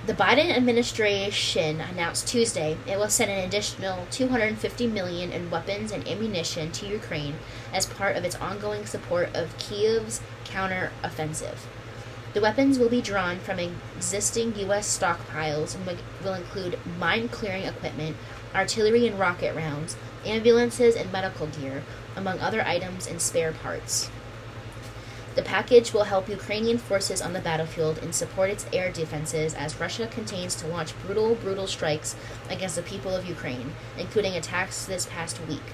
B: the Biden administration announced Tuesday it will send an additional 250 million in weapons and ammunition to Ukraine as part of its ongoing support of Kiev's counteroffensive. The weapons will be drawn from existing U.S. stockpiles and wi- will include mine clearing equipment, artillery and rocket rounds, ambulances, and medical gear, among other items and spare parts. The package will help Ukrainian forces on the battlefield and support its air defenses as Russia continues to launch brutal, brutal strikes against the people of Ukraine, including attacks this past week,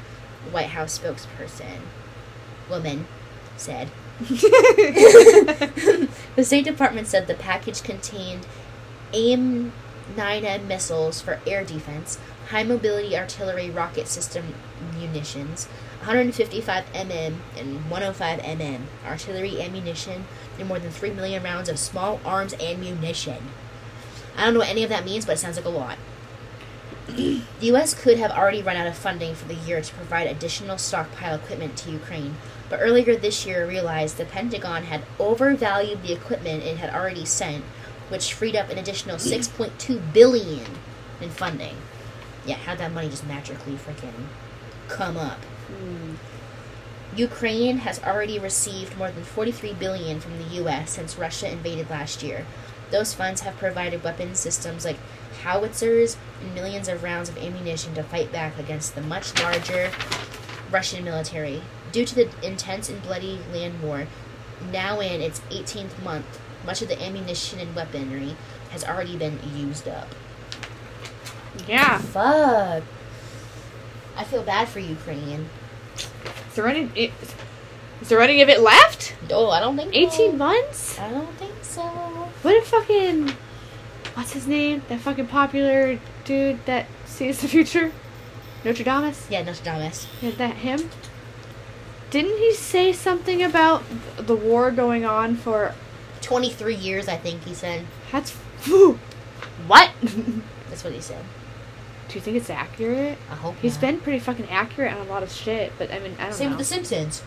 B: White House spokesperson woman said. the State Department said the package contained AIM 9M missiles for air defense, high mobility artillery rocket system munitions, 155 mm and 105 mm artillery ammunition, and more than 3 million rounds of small arms ammunition. I don't know what any of that means, but it sounds like a lot. The U.S. could have already run out of funding for the year to provide additional stockpile equipment to Ukraine, but earlier this year realized the Pentagon had overvalued the equipment it had already sent, which freed up an additional 6.2 billion in funding. Yeah, how'd that money just magically freaking come up? Ukraine has already received more than 43 billion from the US since Russia invaded last year. Those funds have provided weapons systems like howitzers and millions of rounds of ammunition to fight back against the much larger Russian military. Due to the intense and bloody land war, now in its 18th month, much of the ammunition and weaponry has already been used up.
A: Yeah.
B: Fuck. I feel bad for Ukraine.
A: Is there any? i- Is there any of it left?
B: Oh, I don't think so.
A: Eighteen months?
B: I don't think so.
A: What if fucking what's his name? That fucking popular dude that sees the future, Notre Dame.
B: Yeah, Nostradamus.
A: Is that him? Didn't he say something about the war going on for?
B: 23 years, I think he said.
A: That's whew, What?
B: That's what he said.
A: Do you think it's accurate?
B: I hope
A: He's
B: not.
A: been pretty fucking accurate on a lot of shit, but I mean, I don't
B: Same
A: know.
B: with The Simpsons.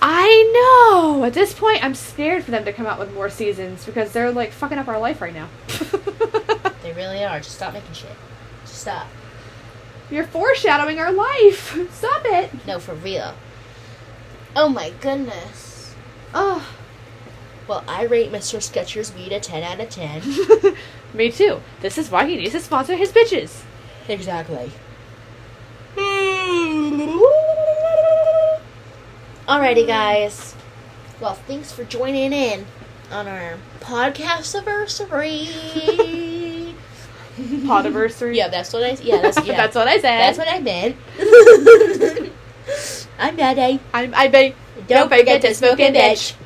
A: I know. At this point, I'm scared for them to come out with more seasons because they're like fucking up our life right now.
B: They really are. Just stop making shit. Just stop.
A: You're foreshadowing our life. Stop it.
B: No, for real. Oh my goodness.
A: Oh,
B: Well, I rate Mr. Sketcher's weed a 10 out of 10.
A: me too. This is why he needs to sponsor his bitches.
B: exactly. Alrighty, guys. Well, thanks for joining in on our podcast anniversary.
A: Podiversary.
B: yeah, that's what I. Yeah, that's yeah.
A: That's what I said.
B: That's what I meant. I'm Daddy.
A: I'm, I bet.
B: Don't forget to smoke and bitch.